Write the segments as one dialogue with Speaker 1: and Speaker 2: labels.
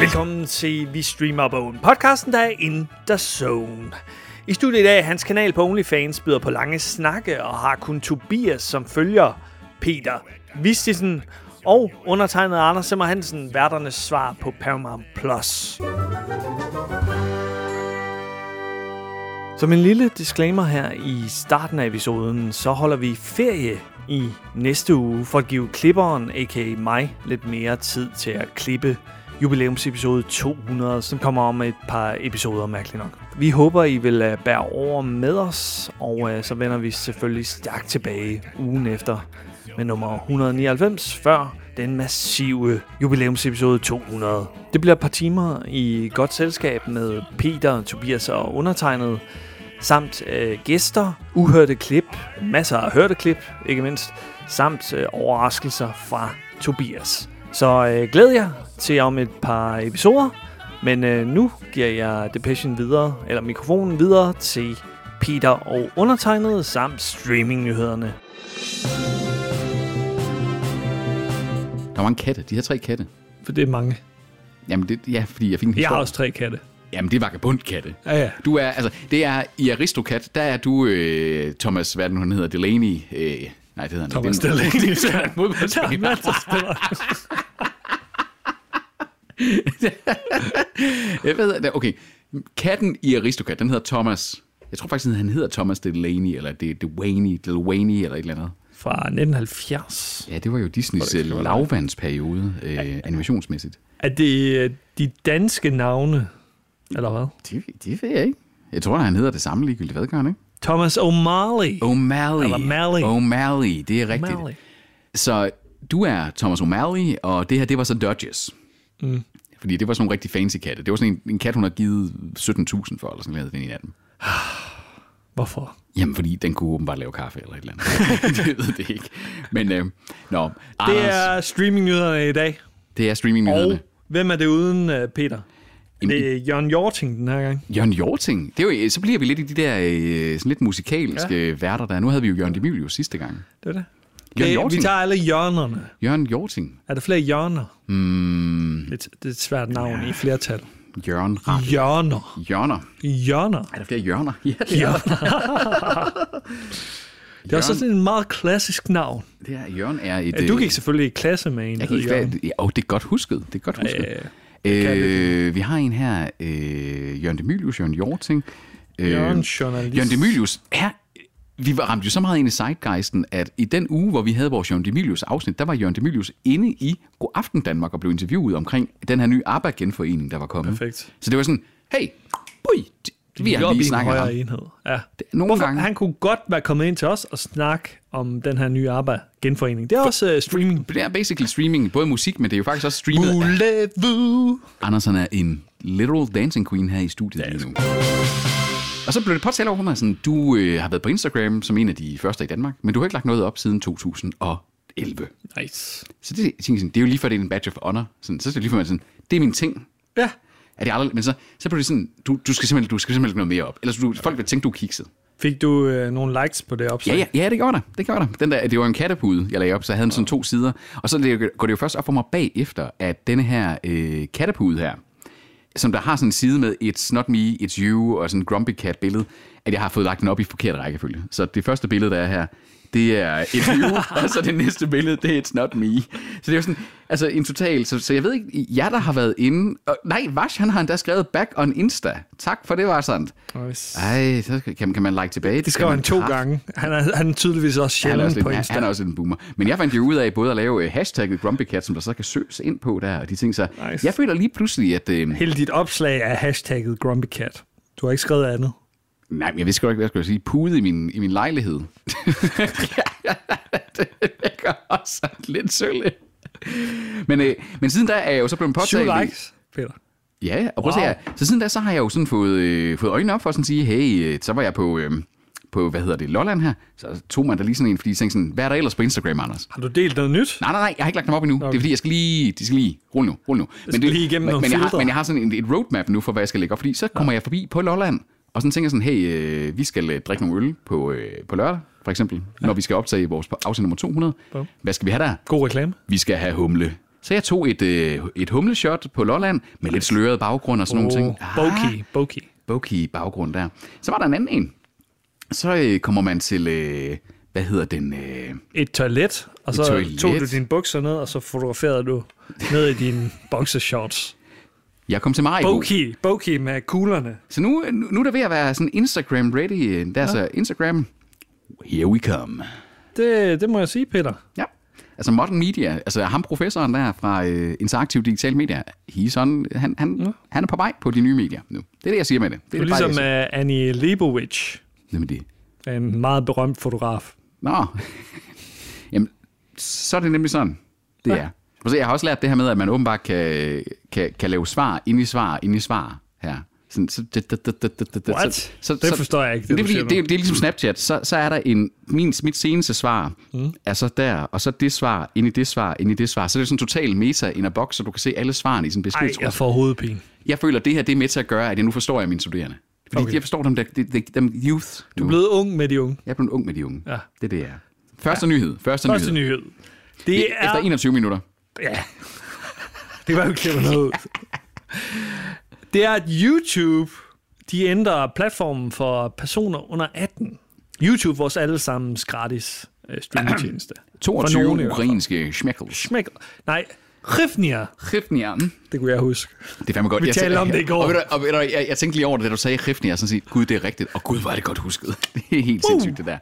Speaker 1: Velkommen til Vi Streamer på Open, podcasten, der er in the zone. I studiet i dag, hans kanal på OnlyFans byder på lange snakke og har kun Tobias som følger Peter Vistisen og undertegnet Anders Simmer Hansen, værternes svar på Paramount+. Plus. Som en lille disclaimer her i starten af episoden, så holder vi ferie i næste uge for at give klipperen, a.k.a. mig, lidt mere tid til at klippe jubilæumsepisode 200, som kommer om et par episoder, mærkeligt nok. Vi håber, I vil øh, bære over med os, og øh, så vender vi selvfølgelig stærkt tilbage ugen efter med nummer 199, før den massive jubilæumsepisode 200. Det bliver et par timer i godt selskab med Peter, Tobias og undertegnet, samt øh, gæster, uhørte klip, masser af hørte klip, ikke mindst, samt øh, overraskelser fra Tobias. Så øh, glæder jeg til om et par episoder, men øh, nu giver jeg Depression videre, eller mikrofonen videre til Peter og undertegnet, samt streamingnyhederne.
Speaker 2: Der var en katte. De her tre katte.
Speaker 3: For det er mange.
Speaker 2: Jamen, det, ja, fordi jeg fik en
Speaker 3: Jeg
Speaker 2: historie.
Speaker 3: har også tre katte.
Speaker 2: Jamen, det er vagabundkatte.
Speaker 3: Ja, ja.
Speaker 2: Du er, altså, det er i Aristocat, der er du, øh, Thomas, hvad er det nu, han hedder, Delaney. Øh, nej, det hedder han
Speaker 3: Thomas
Speaker 2: ikke. Det er en-
Speaker 3: Delaney.
Speaker 2: Det er en fodboldspiller.
Speaker 3: Masser af spillere.
Speaker 2: Jeg ved, det- okay, katten i Aristocat, den hedder Thomas. Jeg tror faktisk, han hedder Thomas Delaney, eller det Dwayne, Delaney, eller et eller andet.
Speaker 3: Fra 1970.
Speaker 2: Ja, det var jo Disneys øh, lavvandsperiode, øh, animationsmæssigt.
Speaker 3: Er det øh, de danske navne? Eller hvad?
Speaker 2: Det, det ved jeg ikke. Jeg tror, han hedder det samme ligegyldigt. Hvad gør han, ikke?
Speaker 3: Thomas O'Malley.
Speaker 2: O'Malley.
Speaker 3: Eller Malley.
Speaker 2: O'Malley, det er Oh, rigtigt.
Speaker 3: O'Malley.
Speaker 2: Så du er Thomas O'Malley, og det her, det var så Dodges. Mm. Fordi det var sådan nogle rigtig fancy katte. Det var sådan en, en kat, hun har givet 17.000 for, eller sådan noget, den ene af dem.
Speaker 3: Hvorfor?
Speaker 2: Jamen, fordi den kunne åbenbart lave kaffe eller et eller andet. det ved det ikke. Men, øh, nå, Anders,
Speaker 3: Det er streamingnyhederne i dag.
Speaker 2: det er
Speaker 3: Og
Speaker 2: streamingnyhederne.
Speaker 3: hvem er det uden øh, Peter?
Speaker 2: Jamen,
Speaker 3: Det er Jørgen Jorting den her gang.
Speaker 2: Jørgen Jorting. Det er jo, så bliver vi lidt i de der øh, sådan lidt musikalske ja. værter der. er. Nu havde vi jo Jørgen Demilius sidste gang.
Speaker 3: Det er det.
Speaker 2: Jørgen
Speaker 3: det vi
Speaker 2: Jorting.
Speaker 3: tager alle hjørnerne.
Speaker 2: Jørgen Jorting.
Speaker 3: Er der flere hjørner?
Speaker 2: Mm,
Speaker 3: Det, det er et svært navn i flertal.
Speaker 2: Jørgen Rapp.
Speaker 3: Hjørner.
Speaker 2: Jørner.
Speaker 3: Hjørner.
Speaker 2: Er der flere Jørner? Ja, det er,
Speaker 3: Det er også sådan en meget klassisk navn.
Speaker 2: det er, Jørgen er et...
Speaker 3: Du
Speaker 2: øh,
Speaker 3: gik selvfølgelig i klasse med en, der hed
Speaker 2: Jeg kan ikke
Speaker 3: Jørgen.
Speaker 2: hvad, ja, oh, det er godt husket. Det er godt husket. Øh, vi har en her, øh, Jørgen Demilius, Jørgen Jorting. Øh,
Speaker 3: Jørgen Journalist.
Speaker 2: Jørgen Demilius er... Vi var ramte jo så meget ind i zeitgeisten, at i den uge, hvor vi havde vores Jørgen Demilius afsnit, der var Jørgen Demilius inde i God Aften Danmark og blev interviewet omkring den her nye ABBA-genforening, der var kommet.
Speaker 3: Perfekt.
Speaker 2: Så det var sådan, hey, bui, vi
Speaker 3: Vi
Speaker 2: har
Speaker 3: er
Speaker 2: lige
Speaker 3: lige en
Speaker 2: snakket
Speaker 3: højere
Speaker 2: om.
Speaker 3: enhed. Ja.
Speaker 2: Nogle
Speaker 3: Hvorfor?
Speaker 2: gange-
Speaker 3: Han kunne godt være kommet ind til os og snakke om den her nye arbejde, genforening. Det er også uh, streaming.
Speaker 2: Det er basically streaming, både musik, men det er jo faktisk også streamet. af-
Speaker 3: Voulez-vous?
Speaker 2: Andersen er en literal dancing queen her i studiet lige nu. Og så blev det påtalt over mig, sådan, du øh, har været på Instagram som en af de første i Danmark, men du har ikke lagt noget op siden 2011.
Speaker 3: Nice.
Speaker 2: Så det, jeg tænkte sådan, det er jo lige før, det er en badge of honor. Sådan, så er det lige før, man sådan, det er min ting.
Speaker 3: Ja.
Speaker 2: Er det aldrig, men så, så blev det sådan, du, du, skal simpelthen, du skal simpelthen lægge noget mere op. Ellers du, folk vil tænke, du er kikset.
Speaker 3: Fik du uh, nogle likes på det
Speaker 2: Ja,
Speaker 3: opslag?
Speaker 2: ja, ja, det gjorde der. Det gjorde der. Den der, det var en kattepude, jeg lagde op, så jeg havde den sådan to sider. Og så det- går det jo først op for mig bagefter, at denne her øh, kattepude her, som der har sådan en side med It's Not Me, It's You og sådan en Grumpy Cat billede, at jeg har fået lagt den op i forkert rækkefølge. Så det første billede, der er her, det er It's You, og så det næste billede, det er It's Not Me. Så det er jo sådan, altså en total, så, så jeg ved ikke, jeg der har været inde, og, nej, Vash, han har endda skrevet back on Insta. Tak for det, var sandt.
Speaker 3: Nice.
Speaker 2: Ej, så skal- kan, kan man like tilbage. Ah. Det
Speaker 3: Det skrev han to gange. Han er, han er tydeligvis også
Speaker 2: han er, også
Speaker 3: sjældent
Speaker 2: lidt,
Speaker 3: på
Speaker 2: han,
Speaker 3: Insta.
Speaker 2: han er også en boomer. Men jeg fandt jo ud af både at lave øh, hashtagget GrumpyCat, som der så kan søges ind på der, og de ting så...
Speaker 3: Nice.
Speaker 2: Jeg føler lige pludselig, at... Øh,
Speaker 3: Hele dit opslag er hashtagget GrumpyCat. Du har ikke skrevet andet.
Speaker 2: nej, men jeg vidste godt ikke, hvad jeg skulle sige. Pude i min, i min lejlighed. det gør også sådan lidt sølle. Men, øh, men siden der er jeg jo så blevet
Speaker 3: Syv
Speaker 2: påtaget... i-
Speaker 3: likes, Peter.
Speaker 2: Ja, og prøv wow. at se her. Så siden da, så har jeg jo sådan fået, øh, fået øjnene op for at sådan sige, hey, øh, så var jeg på, øh, på, hvad hedder det, Lolland her. Så tog man da lige sådan en, fordi jeg tænkte sådan, hvad er der ellers på Instagram, Anders?
Speaker 3: Har du delt noget nyt?
Speaker 2: Nej, nej, nej, jeg har ikke lagt dem op endnu. Okay. Det er fordi, jeg skal lige, de skal lige, rul nu, rul nu. Men,
Speaker 3: skal lige igennem
Speaker 2: men,
Speaker 3: nogle
Speaker 2: men, jeg har,
Speaker 3: filtre.
Speaker 2: men jeg har sådan en, et roadmap nu for, hvad jeg skal lægge op, fordi så kommer jeg forbi på Lolland, og sådan tænker jeg sådan, hey, øh, vi skal øh, drikke nogle øl på, øh, på lørdag, for eksempel, ja. når vi skal optage vores afsnit nummer 200.
Speaker 3: Bum.
Speaker 2: Hvad skal vi have der?
Speaker 3: God reklame.
Speaker 2: Vi skal have humle. Så jeg tog et, øh, et humleshot på Lolland med lidt sløret baggrund og sådan oh, nogle ting.
Speaker 3: Bokey, bokey.
Speaker 2: Bokey baggrund der. Så var der en anden en. Så øh, kommer man til, øh, hvad hedder den? Øh,
Speaker 3: Et toilet, og så
Speaker 2: toilet.
Speaker 3: tog du dine bukser ned, og så fotograferede du ned i dine boxershorts.
Speaker 2: jeg kom til Maribo.
Speaker 3: Bokey, bokey med kuglerne.
Speaker 2: Så nu, nu, nu er der ved at være sådan Instagram ready. Der er ja. så Instagram. Here we come.
Speaker 3: Det, det må jeg sige, Peter.
Speaker 2: Ja. Altså Modern Media, altså ham professoren der fra øh, Interaktiv Digital Media, he's on, han, han, ja. han er på vej på de nye medier nu. Det er det, jeg siger med det.
Speaker 3: Det
Speaker 2: Det er øh,
Speaker 3: er
Speaker 2: det, bare,
Speaker 3: ligesom
Speaker 2: jeg
Speaker 3: uh, Annie Leibovitz,
Speaker 2: siger. Jamen, det.
Speaker 3: en meget berømt fotograf.
Speaker 2: Nå. Jamen, så er det nemlig sådan, det ja. er. Og så jeg har også lært det her med, at man åbenbart kan, kan, kan lave svar ind i svar ind i svar her. Sådan, så, d- d- d- d- d- d-
Speaker 3: What?
Speaker 2: Så, så,
Speaker 3: Det forstår jeg ikke, det
Speaker 2: Det, det,
Speaker 3: du
Speaker 2: er, fordi,
Speaker 3: siger nu.
Speaker 2: det, er- det er ligesom Snapchat. Så, så er der en, min, mit seneste svar mm. er så der, og så det svar, ind i det svar, ind i det svar. Så det er sådan total meta in a box, så du kan se alle svarene i sådan en
Speaker 3: Ej, altså.
Speaker 2: besked. tror
Speaker 3: jeg får hovedpine.
Speaker 2: jeg føler, at det her det er med til at gøre, at jeg nu forstår jeg mine studerende. Fordi okay. jeg forstår dem, der, de, de, dem youth.
Speaker 3: Du
Speaker 2: nu.
Speaker 3: er blevet ung med de unge.
Speaker 2: Jeg er blevet ung med de unge.
Speaker 3: Ja.
Speaker 2: Det er det, jeg er. Første ja. nyhed. Første,
Speaker 3: Første
Speaker 2: nyhed.
Speaker 3: nyhed. Det altså, er...
Speaker 2: Efter 21 minutter.
Speaker 3: Ja. Det var jo klippet noget ud. Det er, at YouTube, de ændrer platformen for personer under 18. YouTube, vores allesammens gratis øh, streamingtjeneste. For
Speaker 2: 22
Speaker 3: nogen i hvert fald.
Speaker 2: ukrainske schmeckels.
Speaker 3: Smæk. Nej, Rifnir,
Speaker 2: Hrifnir. Mm.
Speaker 3: det kunne jeg huske.
Speaker 2: Det er fandme godt.
Speaker 3: Vi talte
Speaker 2: tæ-
Speaker 3: om det i går.
Speaker 2: Og, ved du, og ved du, jeg, jeg tænkte lige over det, da du sagde Hrifnir, og sådan set, gud, det er rigtigt. Og gud, hvor er det godt husket. Det er helt uh. sindssygt, det der.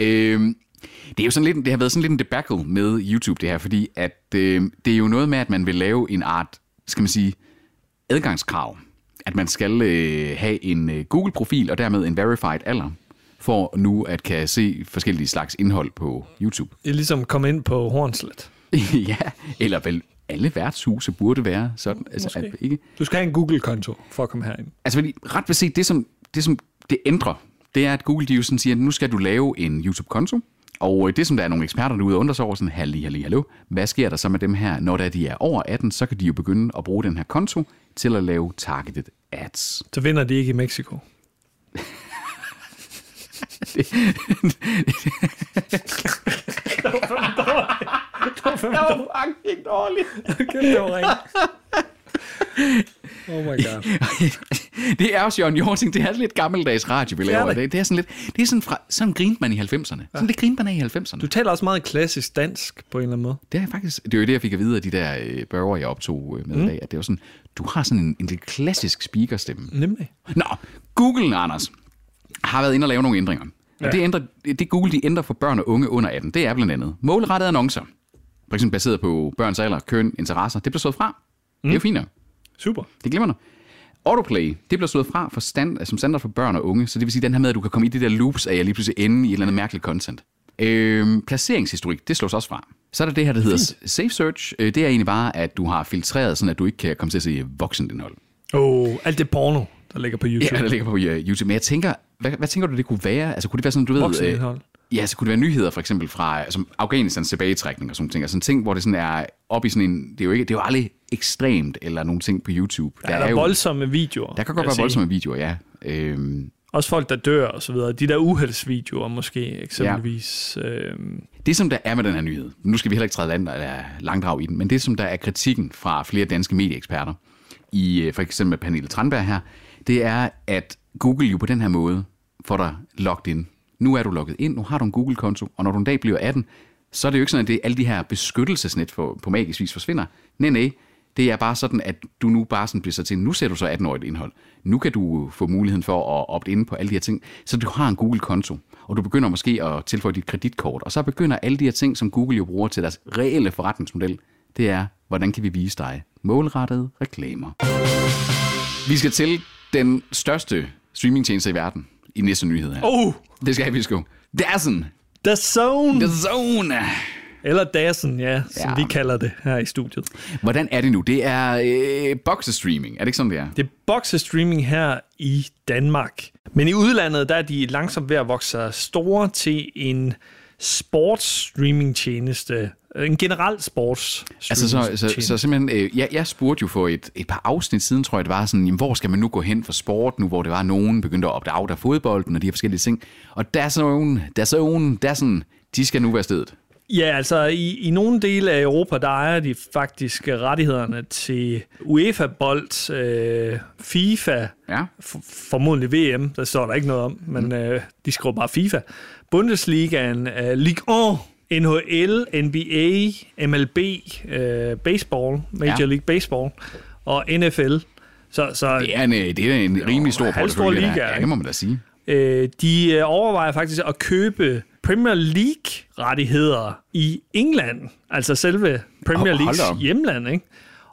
Speaker 2: Øhm, det, er jo sådan lidt, det har været sådan lidt en debacle med YouTube, det her, fordi at, øh, det er jo noget med, at man vil lave en art, skal man sige, adgangskrav. At man skal øh, have en øh, Google-profil, og dermed en verified alder, for nu at kan se forskellige slags indhold på YouTube.
Speaker 3: Det er ligesom kom ind på Hornslet.
Speaker 2: ja, eller vel alle værtshuse burde være sådan. Altså, at, ikke?
Speaker 3: Du skal have en Google-konto for at komme herind.
Speaker 2: altså fordi ret beset, det som, det som det ændrer, det er, at Google de jo sådan siger, at nu skal du lave en YouTube-konto, og øh, det, som der er nogle eksperter derude og undrer sig over, sådan, halli, halli, hallo, hvad sker der så med dem her? Når da de er over 18, så kan de jo begynde at bruge den her konto til at lave targeted ads.
Speaker 3: Så vinder de ikke i Mexico.
Speaker 2: Fucking dårligt.
Speaker 3: Okay, det var rigtigt. Oh my god.
Speaker 2: det er også Jørgen Jorting, det er lidt gammeldags radio, vi
Speaker 3: er
Speaker 2: laver.
Speaker 3: det.
Speaker 2: Det er, det er sådan lidt, det er sådan fra, sådan grinte man i 90'erne. Sådan det grinte man af i 90'erne.
Speaker 3: Du taler også meget klassisk dansk på en eller anden måde.
Speaker 2: Det er jeg faktisk, det er jo det, jeg fik at vide af de der øh, børger, jeg optog øh, med mm. i dag, at det var sådan, du har sådan en, en lidt klassisk speakerstemme.
Speaker 3: Nemlig.
Speaker 2: Nå, Google, Anders, har været inde og lave nogle ændringer. Ja. Det, ændrer, det Google, de ændrer for børn og unge under 18, det er blandt andet målrettede annoncer. For eksempel baseret på børns alder, køn, interesser. Det bliver slået fra. Mm. Det er jo fint nok.
Speaker 3: Super.
Speaker 2: Det glemmer du. Autoplay, det bliver slået fra for stand, som standard for børn og unge, så det vil sige den her med, at du kan komme i det der loops af at jeg lige pludselig ende i et eller andet mærkeligt content. Øhm, placeringshistorik, det slås også fra. Så er der det her, der hedder Safe Search. Øh, Det er egentlig bare, at du har filtreret, sådan at du ikke kan komme til at se voksenindhold.
Speaker 3: Åh, oh, alt det porno, der ligger på YouTube.
Speaker 2: Ja, der ligger på øh, YouTube. Men jeg tænker, hvad, hvad tænker du, det kunne være? Altså kunne det være sådan, du ved...
Speaker 3: Voksenindhold.
Speaker 2: Øh, ja, så kunne det være nyheder for eksempel fra altså, Afghanistans tilbagetrækning og sådan nogle ting. Altså ting, hvor det sådan er op i sådan en... Det er jo, ikke, det er jo aldrig ekstremt eller nogle ting på YouTube.
Speaker 3: Der er, der
Speaker 2: jo,
Speaker 3: voldsomme videoer.
Speaker 2: der kan
Speaker 3: vil
Speaker 2: godt
Speaker 3: jeg
Speaker 2: være
Speaker 3: sige.
Speaker 2: voldsomme videoer, ja. Øhm,
Speaker 3: Også folk, der dør og så videre. De der uheldsvideoer måske eksempelvis. Ja. Øhm,
Speaker 2: det, som der er med den her nyhed, nu skal vi heller ikke træde land, eller langdrag i den, men det, som der er kritikken fra flere danske medieeksperter, i øh, for eksempel med Pernille Tranberg her, det er, at Google jo på den her måde får dig logget ind. Nu er du logget ind, nu har du en Google-konto, og når du en dag bliver 18, så er det jo ikke sådan, at det, alle de her beskyttelsesnet for, på magisk vis forsvinder. Nej, nej, det er bare sådan, at du nu bare sådan bliver så til, nu ser du så 18-årigt indhold. Nu kan du få muligheden for at opte ind på alle de her ting. Så du har en Google-konto, og du begynder måske at tilføje dit kreditkort. Og så begynder alle de her ting, som Google jo bruger til deres reelle forretningsmodel, det er, hvordan kan vi vise dig målrettede reklamer. Vi skal til den største streamingtjeneste i verden i næste nyhed her.
Speaker 3: oh,
Speaker 2: Det skal vi sgu. Dazzen.
Speaker 3: The Zone!
Speaker 2: The Zone.
Speaker 3: Eller Dazen, ja, som
Speaker 2: Ja.
Speaker 3: vi kalder det her i studiet.
Speaker 2: Hvordan er det nu? Det er øh, boxestreaming. Er det ikke sådan, det er?
Speaker 3: Det er boksestreaming her i Danmark. Men i udlandet, der er de langsomt ved at vokse sig store til en sportsstreamingtjeneste. En generel sports
Speaker 2: Altså, så, så, så simpelthen, øh, jeg, jeg spurgte jo for et, et par afsnit siden, tror jeg, det var sådan, jamen, hvor skal man nu gå hen for sport, nu hvor det var, nogen begyndte at opdage out af fodbolden og de her forskellige ting. Og der er sådan nogen, der er sådan nogen, der er sådan, de skal nu være stedet.
Speaker 3: Ja, altså i, i nogle dele af Europa, der ejer de faktisk rettighederne til UEFA-bold, øh, FIFA,
Speaker 2: Ja.
Speaker 3: f- formodentlig VM, der står der ikke noget om,
Speaker 2: Mm.
Speaker 3: men øh, de skriver bare FIFA. Bundesligaen, øh, Ligue 1, NHL, NBA, MLB, øh, baseball, Major
Speaker 2: Ja.
Speaker 3: League Baseball og NFL. Så, så
Speaker 2: Det er en, øh, det er en rimelig stor
Speaker 3: en halvstor
Speaker 2: portefølje. der.
Speaker 3: liga,
Speaker 2: Ja,
Speaker 3: ikke?
Speaker 2: det må man da sige.
Speaker 3: øh, de øh, overvejer faktisk at købe Premier League-rettigheder i England, altså selve Premier
Speaker 2: Hold- hold da op. Altså,
Speaker 3: Leagues hjemland, ikke?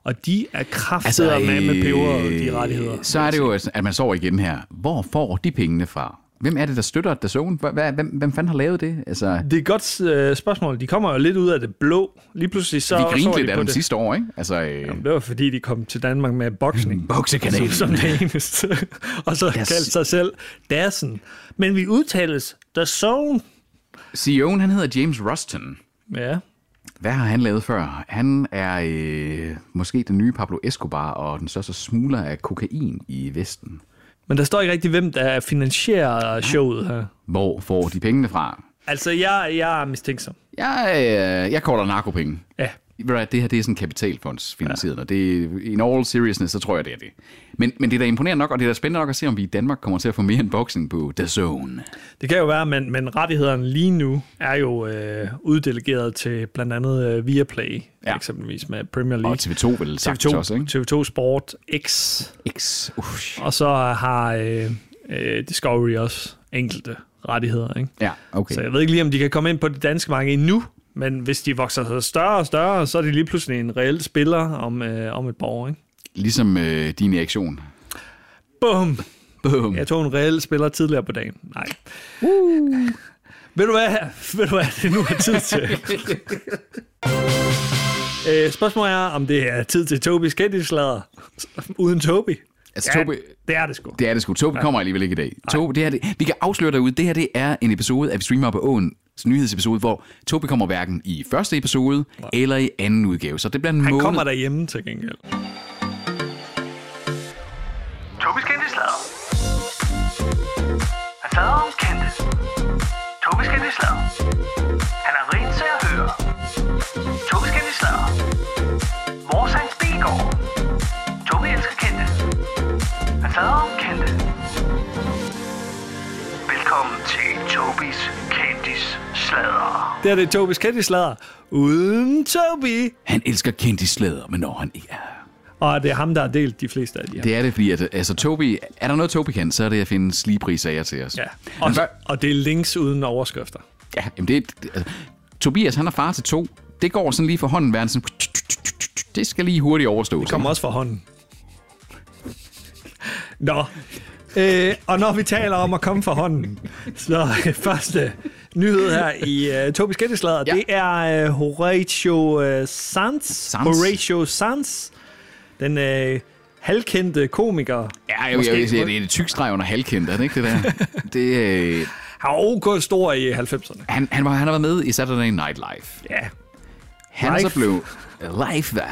Speaker 3: Og de er kraftedere med med peber, de rettigheder.
Speaker 2: øh, Så er det jo, at man sover igen her. Hvor får de pengene fra? Hvem er det, der støtter The Zone? Hvad- hvad- Hvem, hvem fanden har lavet det? Altså,
Speaker 3: Det er et godt øh, spørgsmål. De kommer jo lidt ud af det blå. Lige pludselig så
Speaker 2: vi
Speaker 3: så var
Speaker 2: grinede
Speaker 3: de
Speaker 2: lidt af
Speaker 3: på
Speaker 2: dem
Speaker 3: det.
Speaker 2: sidste år, ikke? Altså, øh,
Speaker 3: Det var fordi, de kom til Danmark med boksning.
Speaker 2: Boksekanalen.
Speaker 3: Som, som det eneste. og så
Speaker 2: Deres-
Speaker 3: kaldte sig selv Dassen. Men vi udtales The Zone.
Speaker 2: CEO'en, E han hedder James Ruston.
Speaker 3: Ja.
Speaker 2: Hvad har han lavet før? Han er øh, måske den nye Pablo Escobar og den største smugler af kokain i Vesten.
Speaker 3: Men der står ikke rigtig, hvem der finansierer showet her.
Speaker 2: Hvor får de pengene fra?
Speaker 3: Altså, jeg, jeg er mistænksom.
Speaker 2: Jeg, øh, jeg kalder narkopenge.
Speaker 3: Ja.
Speaker 2: Ved du hvad, det her det er sådan kapitalfondsfinansieret, ja. og det, in all seriousness, så tror jeg, det er det. Men, men det er da imponerende nok, og det er da spændende nok at se, om vi i Danmark kommer til at få mere end boxing på The Zone.
Speaker 3: Det kan jo være, men, men rettighederne lige nu er jo øh, uddelegeret til blandt andet øh, Viaplay,
Speaker 2: Ja.
Speaker 3: ja. eksempelvis med Premier
Speaker 2: Og
Speaker 3: League.
Speaker 2: TV2 vel sagt
Speaker 3: TV2,
Speaker 2: også, ikke?
Speaker 3: TV2 Sport X
Speaker 2: X. Uff.
Speaker 3: Og så har øh, øh, Discovery også enkelte rettigheder. Ikke?
Speaker 2: Ja, okay.
Speaker 3: Så jeg ved ikke lige, om de kan komme ind på det danske marked endnu, men hvis de vokser sig større og større, så er de lige pludselig en reel spiller om, øh, om et par år. Ikke?
Speaker 2: Ligesom øh, din reaktion.
Speaker 3: Bum!
Speaker 2: Boom.
Speaker 3: Mm. Jeg tog en reel spiller tidligere på dagen. Nej. Uh. Ved du hvad? Ved du hvad? Det nu er tid til. øh, spørgsmålet er, om det er tid til Tobis kendtislader uden Tobi.
Speaker 2: Altså, Tobi,
Speaker 3: det er det sgu.
Speaker 2: det er det sgu. Tobi kommer alligevel ikke i dag. Tobi, det her, det, vi kan afsløre derude, det her det er en episode af Vi Streamer på Åen nyhedsepisode, hvor Tobi kommer hverken i første episode eller i anden udgave. Så det bliver en
Speaker 3: Han
Speaker 2: måned.
Speaker 3: kommer derhjemme til gengæld.
Speaker 4: Tobis kendte slader. Han slader om kendte. Tobis kendte slader. Han er rent til at høre. Tobis kendte slader. Vores Hans Bilgaard. Tobi elsker kendte. Han slader om kendte. Velkommen til Tobis kendtis slader.
Speaker 3: Det her det er Tobis kendtislader uden Tobi.
Speaker 2: Han elsker kendtislæder, men når han ikke er her.
Speaker 3: Og det er ham, der har delt de fleste af de her.
Speaker 2: Det er det, fordi at, altså, Tobi, er der noget, Tobi kan, så er det at finde slibrisager til os.
Speaker 3: ja.
Speaker 2: Og,
Speaker 3: og,
Speaker 2: bør,
Speaker 3: og det er links uden overskrifter.
Speaker 2: ja jamen det, er- altså, Tobias, han er far til to. Det går sådan lige for hånden, verden sådan, det skal lige hurtigt overstås.
Speaker 3: Kommer også fra hånden. Nå. Øh, og når vi taler om at komme fra hånden, så øh, første nyhed her i øh, Tobis kendtislader,
Speaker 2: Ja.
Speaker 3: ja. det er øh, Horatio øh, Sanz. Sanz. Horatio Sanz. Den øh, halvkendte komiker.
Speaker 2: Ja, jeg, jeg, jeg, jeg, det er et tyk streg under halvkendt, er det ikke det der? det, øh,
Speaker 3: Har OK stor i 90'erne.
Speaker 2: han, han, var, han har været med i Saturday Night Live.
Speaker 3: Ja.
Speaker 2: Han er så
Speaker 3: Live?
Speaker 2: blev... Live, hvad?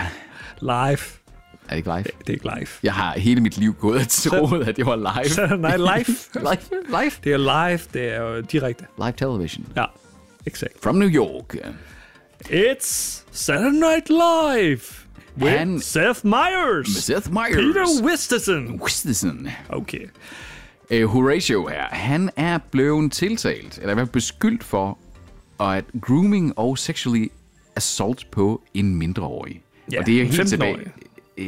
Speaker 3: Live.
Speaker 2: Er det ikke live?
Speaker 3: Det er ikke live.
Speaker 2: Jeg har hele mit liv gået og troet, at det var live.
Speaker 3: Nej, live.
Speaker 2: live, live,
Speaker 3: Det er live, det er jo direkte.
Speaker 2: live television.
Speaker 3: Ja, exakt.
Speaker 2: From New York.
Speaker 3: It's Saturday Night Live with
Speaker 2: Han-
Speaker 3: Seth Meyers,
Speaker 2: Seth Meyers.
Speaker 3: Peter Wistison.
Speaker 2: Christensen.
Speaker 3: Okay.
Speaker 2: Øh, Horatio her, han er blevet tiltalt, eller i hvert fald beskyldt for, at grooming og sexually assault på en mindreårig.
Speaker 3: Ja,
Speaker 2: og det er jo
Speaker 3: en
Speaker 2: helt
Speaker 3: 15-årig.
Speaker 2: tilbage.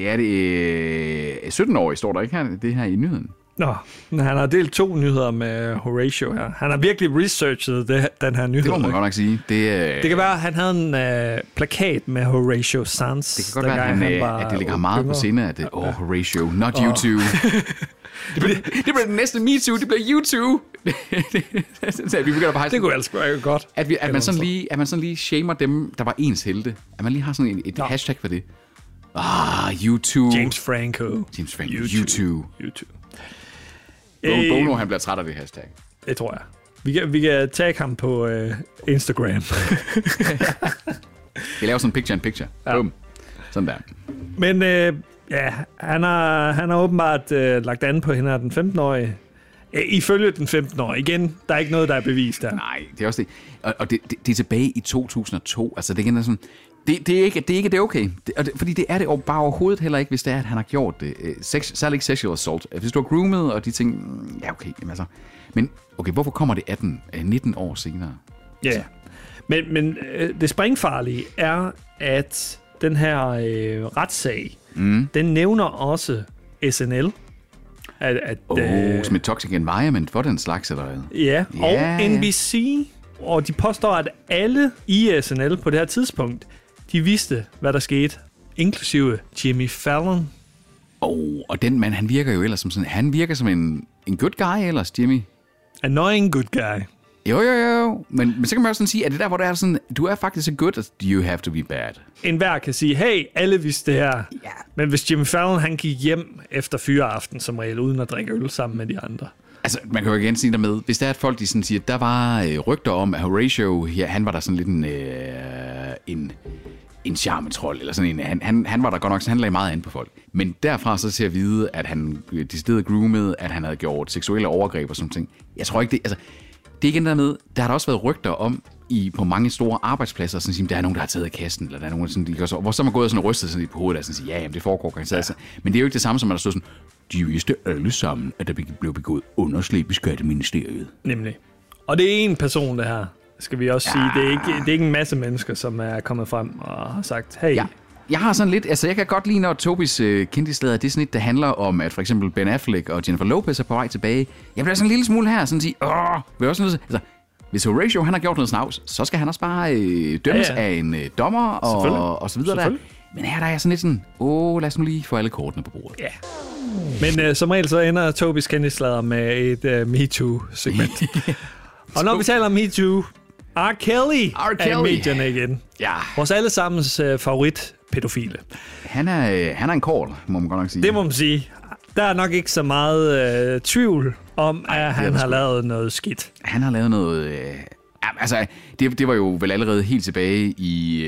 Speaker 2: Ja, det er 17-årig, står der ikke her, det her i nyheden.
Speaker 3: Nå, men han har delt to nyheder med Horatio her. Han har virkelig researchet det, den her nyhed.
Speaker 2: Det må man
Speaker 3: ikke?
Speaker 2: godt nok sige. Det, øh,
Speaker 3: det kan være, at han havde en øh, plakat med Horatio Sanz.
Speaker 2: det kan godt være, at, han, han at det ligger ham meget på sinde, at det, oh, Horatio, not oh. YouTube. det, bliver, det bliver den næste MeToo, det bliver YouTube. Så vi begynder bare
Speaker 3: Det kunne ellers være godt.
Speaker 2: At, vi, at, man sådan lige, at man sådan lige shamer dem, der var ens helte. At man lige har sådan en, et
Speaker 3: Nå.
Speaker 2: hashtag for det. Ah, YouTube.
Speaker 3: James Franco.
Speaker 2: James Franco. YouTube.
Speaker 3: YouTube.
Speaker 2: Bo-
Speaker 3: Øh,
Speaker 2: Bono, han bliver træt af det hashtag.
Speaker 3: Det tror jeg. Vi kan, vi kan tagge ham på øh, Instagram.
Speaker 2: Jeg laver sådan en picture in picture. Ja. Boom. Sådan der.
Speaker 3: Men øh, ja, han har, han har åbenbart øh, lagt an på hende her, den 15-årige. Øh, Ifølge den 15 år. Igen, der er ikke noget, der er bevist der.
Speaker 2: Nej, det er også det. Og, og det, det, det er tilbage i 2002. Altså, det, er igen sådan, det, det, er ikke, det er ikke det er okay. Det, og det, fordi det er det over- bare overhovedet heller ikke, hvis det er, at han har gjort det. Øh, Sex, særligt ikke sexual assault. Øh, Hvis du har groomet og de ting, mm, ja okay, jamen altså. Men okay, hvorfor kommer det 18, øh, 19 år senere?
Speaker 3: Ja. Yeah. Men, men øh, det springfarlige er, at den her øh, retssag, mm. den nævner også SNL. At, at, øh,
Speaker 2: Åh, oh, som et toxic environment for den slags eller hvad?
Speaker 3: Ja,
Speaker 2: Ja, ja.
Speaker 3: og NBC, og de påstår, at alle i SNL på det her tidspunkt, de vidste, hvad der skete, inklusive Jimmy Fallon.
Speaker 2: Oh, og den mand, han virker jo ellers som sådan, han virker som en, en good guy ellers, Jimmy.
Speaker 3: Annoying good guy.
Speaker 2: Jo, jo, jo. Men, men så kan man også sådan sige, at det der, hvor det er sådan, du er faktisk så good, at you have to be bad.
Speaker 3: En hver kan sige, hey, alle vidste det her.
Speaker 2: Ja.
Speaker 3: Men hvis Jimmy Fallon han gik hjem efter fyreaften som regel, uden at drikke øl sammen med de andre.
Speaker 2: Altså, man kan jo igen sige der med, hvis der er, at folk de sådan siger, der var øh, rygter om, at Horatio, ja, han var der sådan lidt en, øh, en, en charmetrol, eller sådan en, han, han, han var der godt nok, så han lagde meget an på folk. Men derfra så til at vide, at han øh, decideret groomede, at han havde gjort seksuelle overgreb og sådan ting. Jeg tror ikke det, altså, det er igen der med, der har der også været rygter om, i, på mange store arbejdspladser, sådan at sige, der er nogen, der har taget af kassen, eller der er nogen, sådan, de gør så, hvor så er man gået og sådan rystet sådan lidt på hovedet, og sådan sige, ja, jamen, det foregår garanteret. Ja. Altså. Men det er jo ikke det samme, som at der stod sådan, de vidste alle sammen, at der blev begået underslæb i skatteministeriet.
Speaker 3: Nemlig. Og det er en person, det her. Skal vi også ja. sige. Det er, ikke, det er ikke en masse mennesker, som er kommet frem og har sagt, hey,
Speaker 2: Ja. Jeg har sådan lidt, altså jeg kan godt lide, når Tobis øh, kendtislader, det er sådan lidt, der handler om, at for eksempel Ben Affleck og Jennifer Lopez er på vej tilbage. Jeg bliver sådan en lille smule her, sådan at sige, åh, vil jeg også noget, altså, hvis Horatio han har gjort noget snavs, så skal han også bare øh, dømmes ja,
Speaker 3: Ja,
Speaker 2: ja.
Speaker 3: ja.
Speaker 2: af en øh, dommer og,
Speaker 3: Selvfølgelig.
Speaker 2: og så videre der.
Speaker 3: Selvfølgelig.
Speaker 2: Men her der er jeg sådan lidt sådan, åh, lad os nu lige få alle kortene på bordet.
Speaker 3: Ja. Men øh, som regel så ender Tobis kendislader med et øh, MeToo-segment. og når vi taler om MeToo, R. Kelly,
Speaker 2: R.
Speaker 3: er i
Speaker 2: Kelly.
Speaker 3: medierne igen.
Speaker 2: Ja,
Speaker 3: Vores allesammens øh, favorit pædofile.
Speaker 2: han er, øh, han er en kål, må man godt nok sige.
Speaker 3: Det må man sige. Der er nok ikke så meget øh, tvivl om, at
Speaker 2: er
Speaker 3: han
Speaker 2: der
Speaker 3: har
Speaker 2: sgu.
Speaker 3: lavet noget skidt.
Speaker 2: Han har lavet noget... Øh, ja, altså, det, det var jo vel allerede helt tilbage i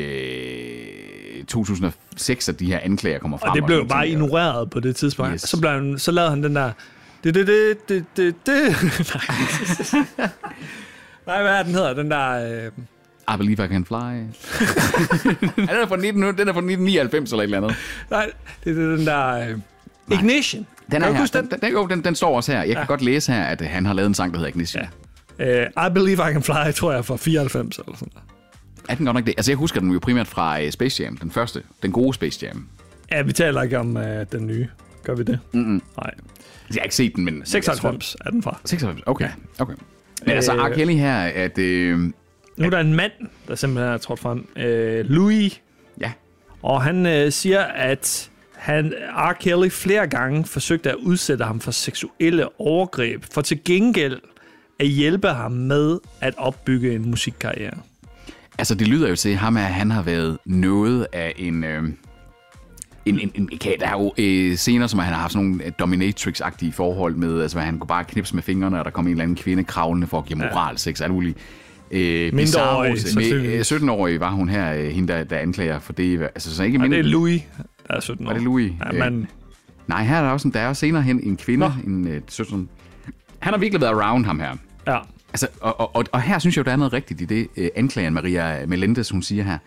Speaker 2: øh, 2006, at de her anklager kommer frem.
Speaker 3: Og det blev jo
Speaker 2: sådan
Speaker 3: bare
Speaker 2: ting,
Speaker 3: ignoreret på det tidspunkt.
Speaker 2: Yes.
Speaker 3: Yes. Så, blev han, så lavede han den der... Det, det, det, det, det, det. Nej. Nej, hvad er den hedder? Den der... Øh,
Speaker 2: I believe I can fly. Ej, den, er fra 19, den er fra 1999 eller et eller andet.
Speaker 3: nej, det er den der... Øh, ignition.
Speaker 2: Den er
Speaker 3: Kan du
Speaker 2: her.
Speaker 3: huske
Speaker 2: Den, den, jo, den, den står også her. Jeg ja. kan godt læse her, at øh, han har lavet en sang, der hedder Ignition. Ja.
Speaker 3: Uh, I Believe I Can Fly, tror jeg, er fra 94 eller sådan noget.
Speaker 2: Er den godt nok det? Altså, jeg husker den jo primært fra øh, Space Jam, den første. Den gode Space Jam.
Speaker 3: Ja, vi taler ikke om uh, den nye. Gør vi det? Mm-hmm. Nej.
Speaker 2: Altså, Jeg har ikke set den, men... men jeg tror-
Speaker 3: 96 er den fra.
Speaker 2: 96, okay. okay. Men altså,
Speaker 3: Øh,
Speaker 2: R. Kelly her, at... Øh,
Speaker 3: Nu er der en mand, der simpelthen er trådt frem. Uh, Louis.
Speaker 2: ja,
Speaker 3: Og han uh, siger, at han, R. Kelly flere gange forsøgte at udsætte ham for seksuelle overgreb, for til gengæld at hjælpe ham med at opbygge en musikkarriere.
Speaker 2: Altså, det lyder jo til ham, at han har været noget af en... Øh, en, en, en, okay, der er jo øh, scener, som han har haft sådan nogle øh, dominatrix-agtige forhold med, altså at han kunne bare knipse med fingrene, og der kom en eller anden kvinde kravlende for at give moral sex, alt muligt. Øh, bizarre-
Speaker 3: sandsynligvis.
Speaker 2: med, øh, 17-årig var hun her, øh, hende der, der anklager for det. Altså, så ikke
Speaker 3: Og det
Speaker 2: mindre,
Speaker 3: er Louis, der er 17 år.
Speaker 2: det Louis?
Speaker 3: Ja, man,
Speaker 2: Nej, her er der også en, der er også senere hen en kvinde,
Speaker 3: Nå.
Speaker 2: en øh, 17 Han har virkelig været around ham her.
Speaker 3: ja.
Speaker 2: Altså, og, og- og, og her synes jeg jo, der er noget rigtigt i det, øh, anklageren Maria Melendez, hun siger her.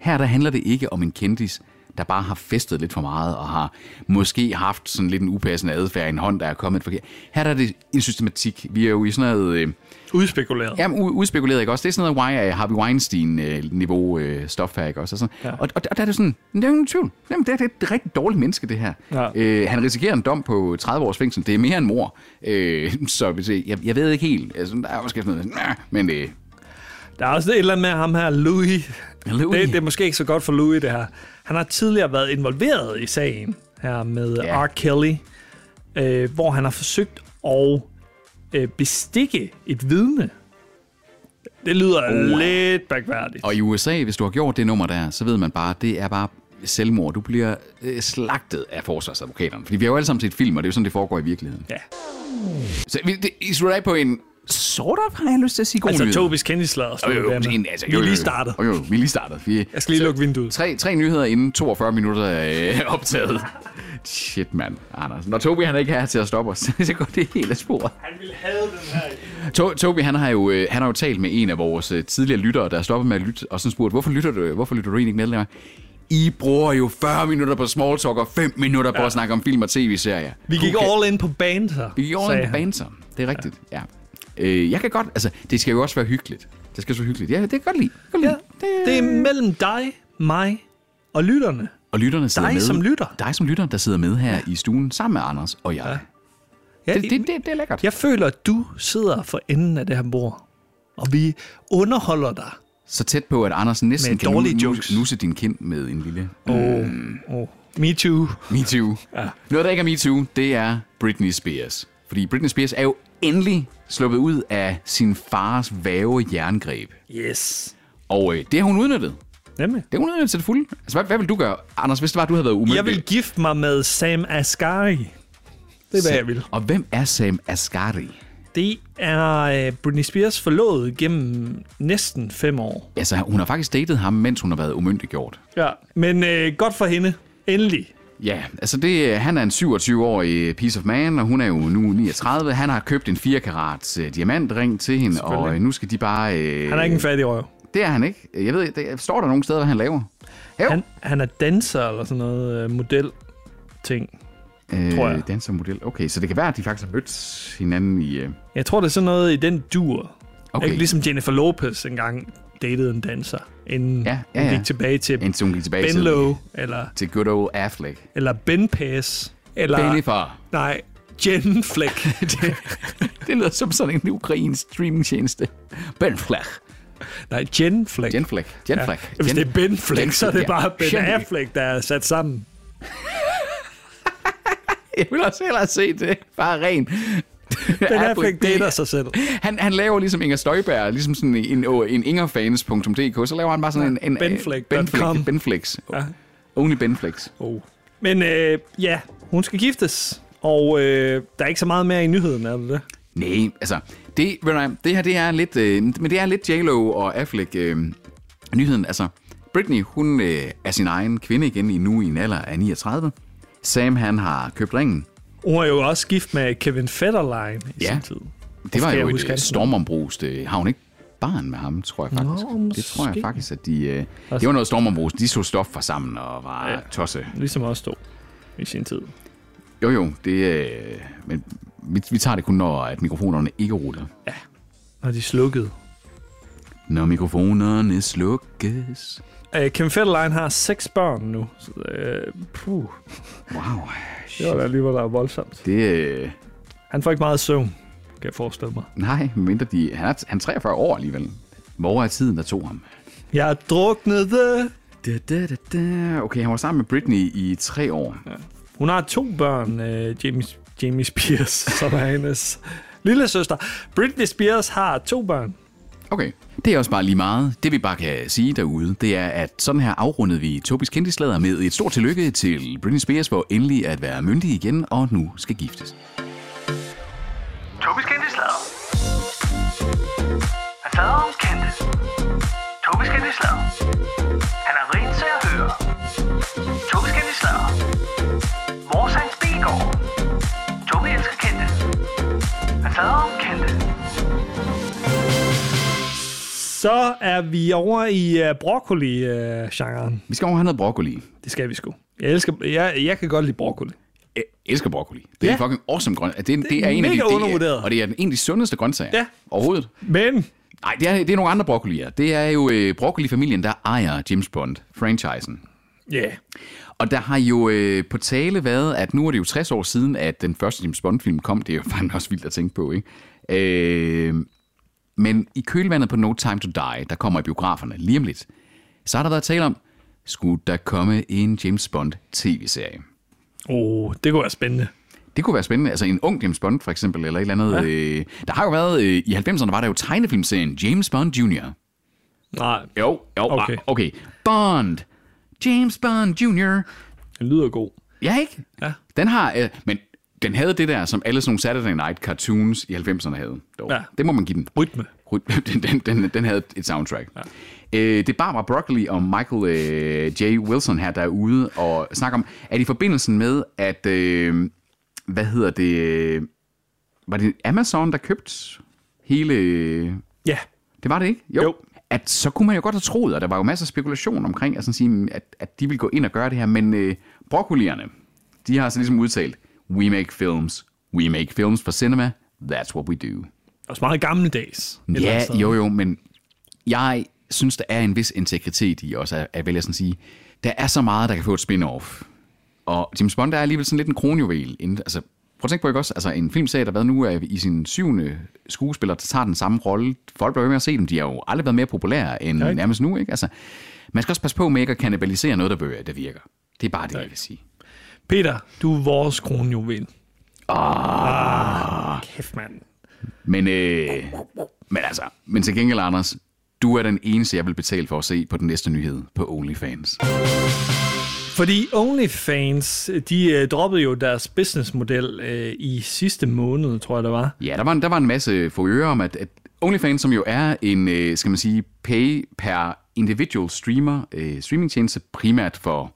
Speaker 2: Her der handler det ikke om en kendis, der bare har festet lidt for meget, og har måske haft sådan lidt en upassende adfærd i en hånd, der er kommet forkert. Her der er det en systematik. Vi er jo i sådan noget... Øh,
Speaker 3: Udspekuleret.
Speaker 2: Jamen, u- udspekuleret, ikke også? Det er sådan noget why, Harvey Weinstein-niveau øh, stof her, ikke også? Og, sådan. Ja. Og, og, og der er det sådan, "Men der er jo ingen tvivl. Jamen, det, er, det er et rigtig dårligt menneske, det her.
Speaker 3: Ja.
Speaker 2: Øh, han risikerer en dom på 30 års fængsel. Det er mere end mor. Øh, så vi se, jeg, jeg ved ikke helt. Altså, der er også sådan noget, "Nah," men øh,
Speaker 3: Der er også et eller andet med ham her, Louis.
Speaker 2: Louis.
Speaker 3: Det, det er måske ikke så godt for Louis, det her. Han har tidligere været involveret i sagen her med
Speaker 2: Ja.
Speaker 3: yeah. R. Kelly, øh, hvor han har forsøgt at øh, bestikke et vidne. Det lyder oh. lidt bagværdigt.
Speaker 2: og i USA, hvis du har gjort det nummer der, så ved man bare, det er bare selvmord. Du bliver øh, slagtet af forsvarsadvokaterne. Fordi vi har jo alle sammen set film, og det er jo sådan, det foregår i virkeligheden.
Speaker 3: Ja.
Speaker 2: Så vi, det, I slutter af på en sort of, har jeg lyst til at sige, god
Speaker 3: Altså,
Speaker 2: nyhed.
Speaker 3: Tobis kendislader.
Speaker 2: Jo,
Speaker 3: slog
Speaker 2: jo,
Speaker 3: det
Speaker 2: jo,
Speaker 3: med.
Speaker 2: en, altså,
Speaker 3: Vi
Speaker 2: jo,
Speaker 3: er
Speaker 2: jo,
Speaker 3: lige
Speaker 2: jo.
Speaker 3: startet.
Speaker 2: Jo, jo, vi er lige startet. Vi,
Speaker 3: Jeg skal lige lukke vinduet.
Speaker 2: tre, tre nyheder inden 42 minutter øh, optaget. Shit, mand. Anders. Når Tobi han ikke er her til at stoppe os, så går det helt af sporet.
Speaker 3: Han ville have den her.
Speaker 2: To- Tobi, han har, jo, øh, han har jo talt med en af vores øh, tidligere lyttere, der er stoppet med at lytte, og sådan spurgt, hvorfor lytter du, øh, hvorfor lytter du egentlig ikke med? Længere? I bruger jo 40 minutter på small talk og 5 minutter på ja. at snakke om film og tv-serier.
Speaker 3: Vi gik
Speaker 2: Du kan-
Speaker 3: all in på band her.
Speaker 2: Vi gik
Speaker 3: sagde
Speaker 2: over en
Speaker 3: han.
Speaker 2: banter. Det er rigtigt, ja. Øh, jeg kan godt, altså, det skal jo også være hyggeligt. Det skal så hyggeligt. Ja, det kan jeg godt lide. Jeg kan godt lide.
Speaker 3: Det er mellem dig, mig og lytterne.
Speaker 2: Og lytterne sidder
Speaker 3: Dig
Speaker 2: med.
Speaker 3: som lytter.
Speaker 2: Dig som lytter, der sidder med her i stuen sammen med Anders og jeg.
Speaker 3: Ja,
Speaker 2: Det, det, det, det er lækkert.
Speaker 3: Jeg føler, at du sidder for enden af det her bord, og vi underholder dig.
Speaker 2: Så tæt på, at Anders næsten
Speaker 3: Med
Speaker 2: kan nu,
Speaker 3: dårlige
Speaker 2: nu-
Speaker 3: jokes.
Speaker 2: nusse din kind med en lille
Speaker 3: Oh, oh. Me too.
Speaker 2: Me Too. Ja. Noget, der ikke er Me Too, det er Britney Spears. Fordi Britney Spears er jo endelig sluppet ud af sin fars væve jerngreb.
Speaker 3: Yes.
Speaker 2: Og øh, det har hun udnyttet.
Speaker 3: Nemlig.
Speaker 2: Det har hun udnyttet til det fulde. Altså, hvad, hvad vil du gøre, Anders, hvis det var, at du havde været umyndig?
Speaker 3: Jeg vil gifte mig med Sam Asghari. Det er, hvad jeg vil.
Speaker 2: Og hvem er Sam Asghari?
Speaker 3: Det er øh, Britney Spears forlovet gennem næsten fem år.
Speaker 2: Altså, hun har faktisk datet ham, mens hun har været umyndiggjort.
Speaker 3: Ja. Men øh, godt for hende. Endelig.
Speaker 2: Ja, altså det, han er en 27-årig piece of man, og hun er jo nu 39. Han har købt en 4 karats øh, diamantring til hende, og øh, nu skal de bare... Øh,
Speaker 3: Han er ikke en fattig røv.
Speaker 2: Det er han ikke. Jeg ved, det, står der nogen steder, hvad han laver? Jo.
Speaker 3: Han, han er danser eller sådan noget øh, model-ting.
Speaker 2: øh,
Speaker 3: tror jeg.
Speaker 2: Dansermodel. Okay, så det kan være, at de faktisk har mødt hinanden i... Øh,
Speaker 3: Jeg tror, det er sådan noget i den dur.
Speaker 2: Okay.
Speaker 3: Okay. Ikke ligesom Jennifer Lopez engang datede en danser, inden
Speaker 2: Ja,
Speaker 3: ja, ja,
Speaker 2: ja,
Speaker 3: ja.
Speaker 2: ja.
Speaker 3: hun gik tilbage til
Speaker 2: indtil hun gik tilbage til,
Speaker 3: Benlow, eller,
Speaker 2: til good old Affleck.
Speaker 3: eller Ben Pass, eller...
Speaker 2: Bennifer.
Speaker 3: Nej, Jen Fleck.
Speaker 2: det, det lyder som sådan en ukrainsk streamingtjeneste. Benflag.
Speaker 3: Nej, Jen Fleck.
Speaker 2: Genflag. Genflag.
Speaker 3: Ja, hvis det er Ben Fleck,
Speaker 2: Jen-
Speaker 3: så er det
Speaker 2: ja.
Speaker 3: bare Ben
Speaker 2: Jen-
Speaker 3: Affleck, der er sat sammen.
Speaker 2: Jeg vil også hellere se det. Bare ren.
Speaker 3: Ben Affleck dater sig selv.
Speaker 2: Han, han laver ligesom Inger Støjberg, ligesom sådan en, en ingerfans.dk, så laver han bare sådan en... en
Speaker 3: Benflix punktum com.
Speaker 2: Benflex. Benflex.
Speaker 3: Ja.
Speaker 2: Only Benflex.
Speaker 3: Oh. Men øh, ja, hun skal giftes, og øh, der er ikke så meget mere i nyheden, er det det?
Speaker 2: Nej, altså, det, ved du, hvad, det her, det er lidt, øh, men det er lidt J-Lo og Affleck øh, nyheden. Altså, Britney, hun øh, er sin egen kvinde igen i nu i en alder af 39. Sam, han har købt ringen.
Speaker 3: Hun er jo også gift med Kevin Federline i sin tid.
Speaker 2: Det var
Speaker 3: Skal
Speaker 2: jo
Speaker 3: jeg
Speaker 2: et
Speaker 3: huske hans
Speaker 2: øh,
Speaker 3: navn?
Speaker 2: stormombrus. Det har hun ikke barn med ham, tror jeg faktisk.
Speaker 3: Nå,
Speaker 2: det tror jeg
Speaker 3: måske.
Speaker 2: faktisk, at de... Øh, det var noget stormombrus. De så stoffer sammen og var ja.
Speaker 3: Ja.
Speaker 2: tosse.
Speaker 3: Ligesom også stod i sin tid.
Speaker 2: Jo, jo, det... Øh, men vi, vi tager det kun, når at mikrofonerne ikke ruller.
Speaker 3: Og de slukkede.
Speaker 2: Når mikrofonerne slukkes.
Speaker 3: Øh, Kim Federline har seks børn nu. Så, øh, puh,
Speaker 2: Wow.
Speaker 3: det var da alligevel der er voldsomt.
Speaker 2: Det... Øh,
Speaker 3: Han får ikke meget søvn, kan jeg forestille mig.
Speaker 2: Nej, mindre de... Han er, han er 43 år alligevel. Hvor er tiden, der tog ham?
Speaker 3: Jeg druknede.
Speaker 2: Da, da, da, da. Okay, han var sammen med Britney i tre år. Ja.
Speaker 3: Hun har to børn, øh, James, Jamie Spears, som er hendes lille søster. Britney Spears har to børn.
Speaker 2: Okay, det er også bare lige meget. Det vi bare kan sige derude, det er, at sådan her afrundede vi Tobis kendtislader med et stort tillykke til Britney Spears for endelig at være myndig igen og nu skal giftes.
Speaker 4: Tobis kendte slader. Han slader om kendte. Tobis kendte slader. Han er rigt til at høre. Tobis kendte slader. Vores Hans Bilgaard. Tobi elsker kendte. Han slader om kendte.
Speaker 3: Så er vi over i øh, broccoli-genren.
Speaker 2: Vi skal over have noget broccoli.
Speaker 3: det skal vi sgu. Jeg, elsker, jeg, jeg kan godt lide broccoli.
Speaker 2: Jeg elsker broccoli. Det er ja.
Speaker 3: Ja.
Speaker 2: fucking awesome grøn. Det, det, det er en af de,
Speaker 3: mega
Speaker 2: det er,
Speaker 3: undervurderet.
Speaker 2: og det er den, en af de sundeste grøntsager
Speaker 3: Ja.
Speaker 2: overhovedet.
Speaker 3: Men
Speaker 2: Nej, det er, det er nogle andre broccolier. Det er jo øh, broccoli-familien, der ejer James Bond-franchisen.
Speaker 3: Ja. Yeah.
Speaker 2: Og der har jo øh, på tale været, at nu er det jo 60 år siden, at den første James Bond-film kom. Det er jo fandme også vildt at tænke på, ikke? Øh, men i kølvandet på No Time To Die, der kommer i biograferne lige om lidt, så har der været tale om, skulle der komme en James Bond tv-serie?
Speaker 3: Oh, det kunne være spændende.
Speaker 2: Det kunne være spændende. Altså en ung James Bond for eksempel, eller et eller andet. Ja. Øh, der har jo været, øh, i 90'erne var der jo tegnefilmserien James Bond Jr.
Speaker 3: Nej,
Speaker 2: Jo, jo, okay.
Speaker 3: Okay.
Speaker 2: okay. Bond. James Bond Jr.
Speaker 3: den lyder god.
Speaker 2: Ja, ikke?
Speaker 3: Ja.
Speaker 2: Den har, øh, men den havde det der, som alle sådan nogle Saturday Night cartoons i 90'erne havde. Dog. Ja.
Speaker 3: Ja.
Speaker 2: Det må man give den.
Speaker 3: Rytme.
Speaker 2: Den, den, den, den havde et soundtrack. Ja. Øh, det er Barbara Broccoli og Michael øh, J. Wilson her, der er ude og snakker om, at i forbindelsen med, at, øh, hvad hedder det, øh, var det Amazon, der købte hele øh,
Speaker 3: Ja.
Speaker 2: det var det ikke?
Speaker 3: Jo.
Speaker 2: At så kunne man jo godt have troet, og der var jo masser af spekulation omkring, at, sådan sige, at, at de ville gå ind og gøre det her, men øh, broccolierne, de har så ligesom udtalt, we make films, we make films for cinema, that's what we do.
Speaker 3: Også meget gammeldags. et eller
Speaker 2: Ja,
Speaker 3: andet sted.
Speaker 2: jo jo, men jeg synes, der er en vis integritet i også, at, at vælge sådan at sige, der er så meget, der kan få et spin-off. Og James Bond der er alligevel sådan lidt en kronjuvel. inden- Altså, prøv at tænke på, ikke også? Altså, en filmserie, der har været nu er i sin syvende skuespiller, der tager den samme rolle. Folk bliver ved med at se dem. De har jo aldrig været mere populære end
Speaker 3: Nej.
Speaker 2: nærmest nu, ikke? Altså, man skal også passe på med ikke at kannibalisere noget, der, bør, der virker. Det er bare det, jeg vil sige.
Speaker 3: Peter, du er vores kronjuvel. Ah. Kæft, mand.
Speaker 2: Men, øh, men altså, men til gengæld, Anders, du er den eneste, jeg vil betale for at se på den næste nyhed på OnlyFans.
Speaker 3: Fordi OnlyFans, de øh, droppede jo deres businessmodel øh, i sidste måned, tror jeg det var.
Speaker 2: Ja, der var, en- der var en masse forøger om, at, at OnlyFans, som jo er en, øh, skal man sige, pay per individual streamer, øh, streamingtjeneste primært for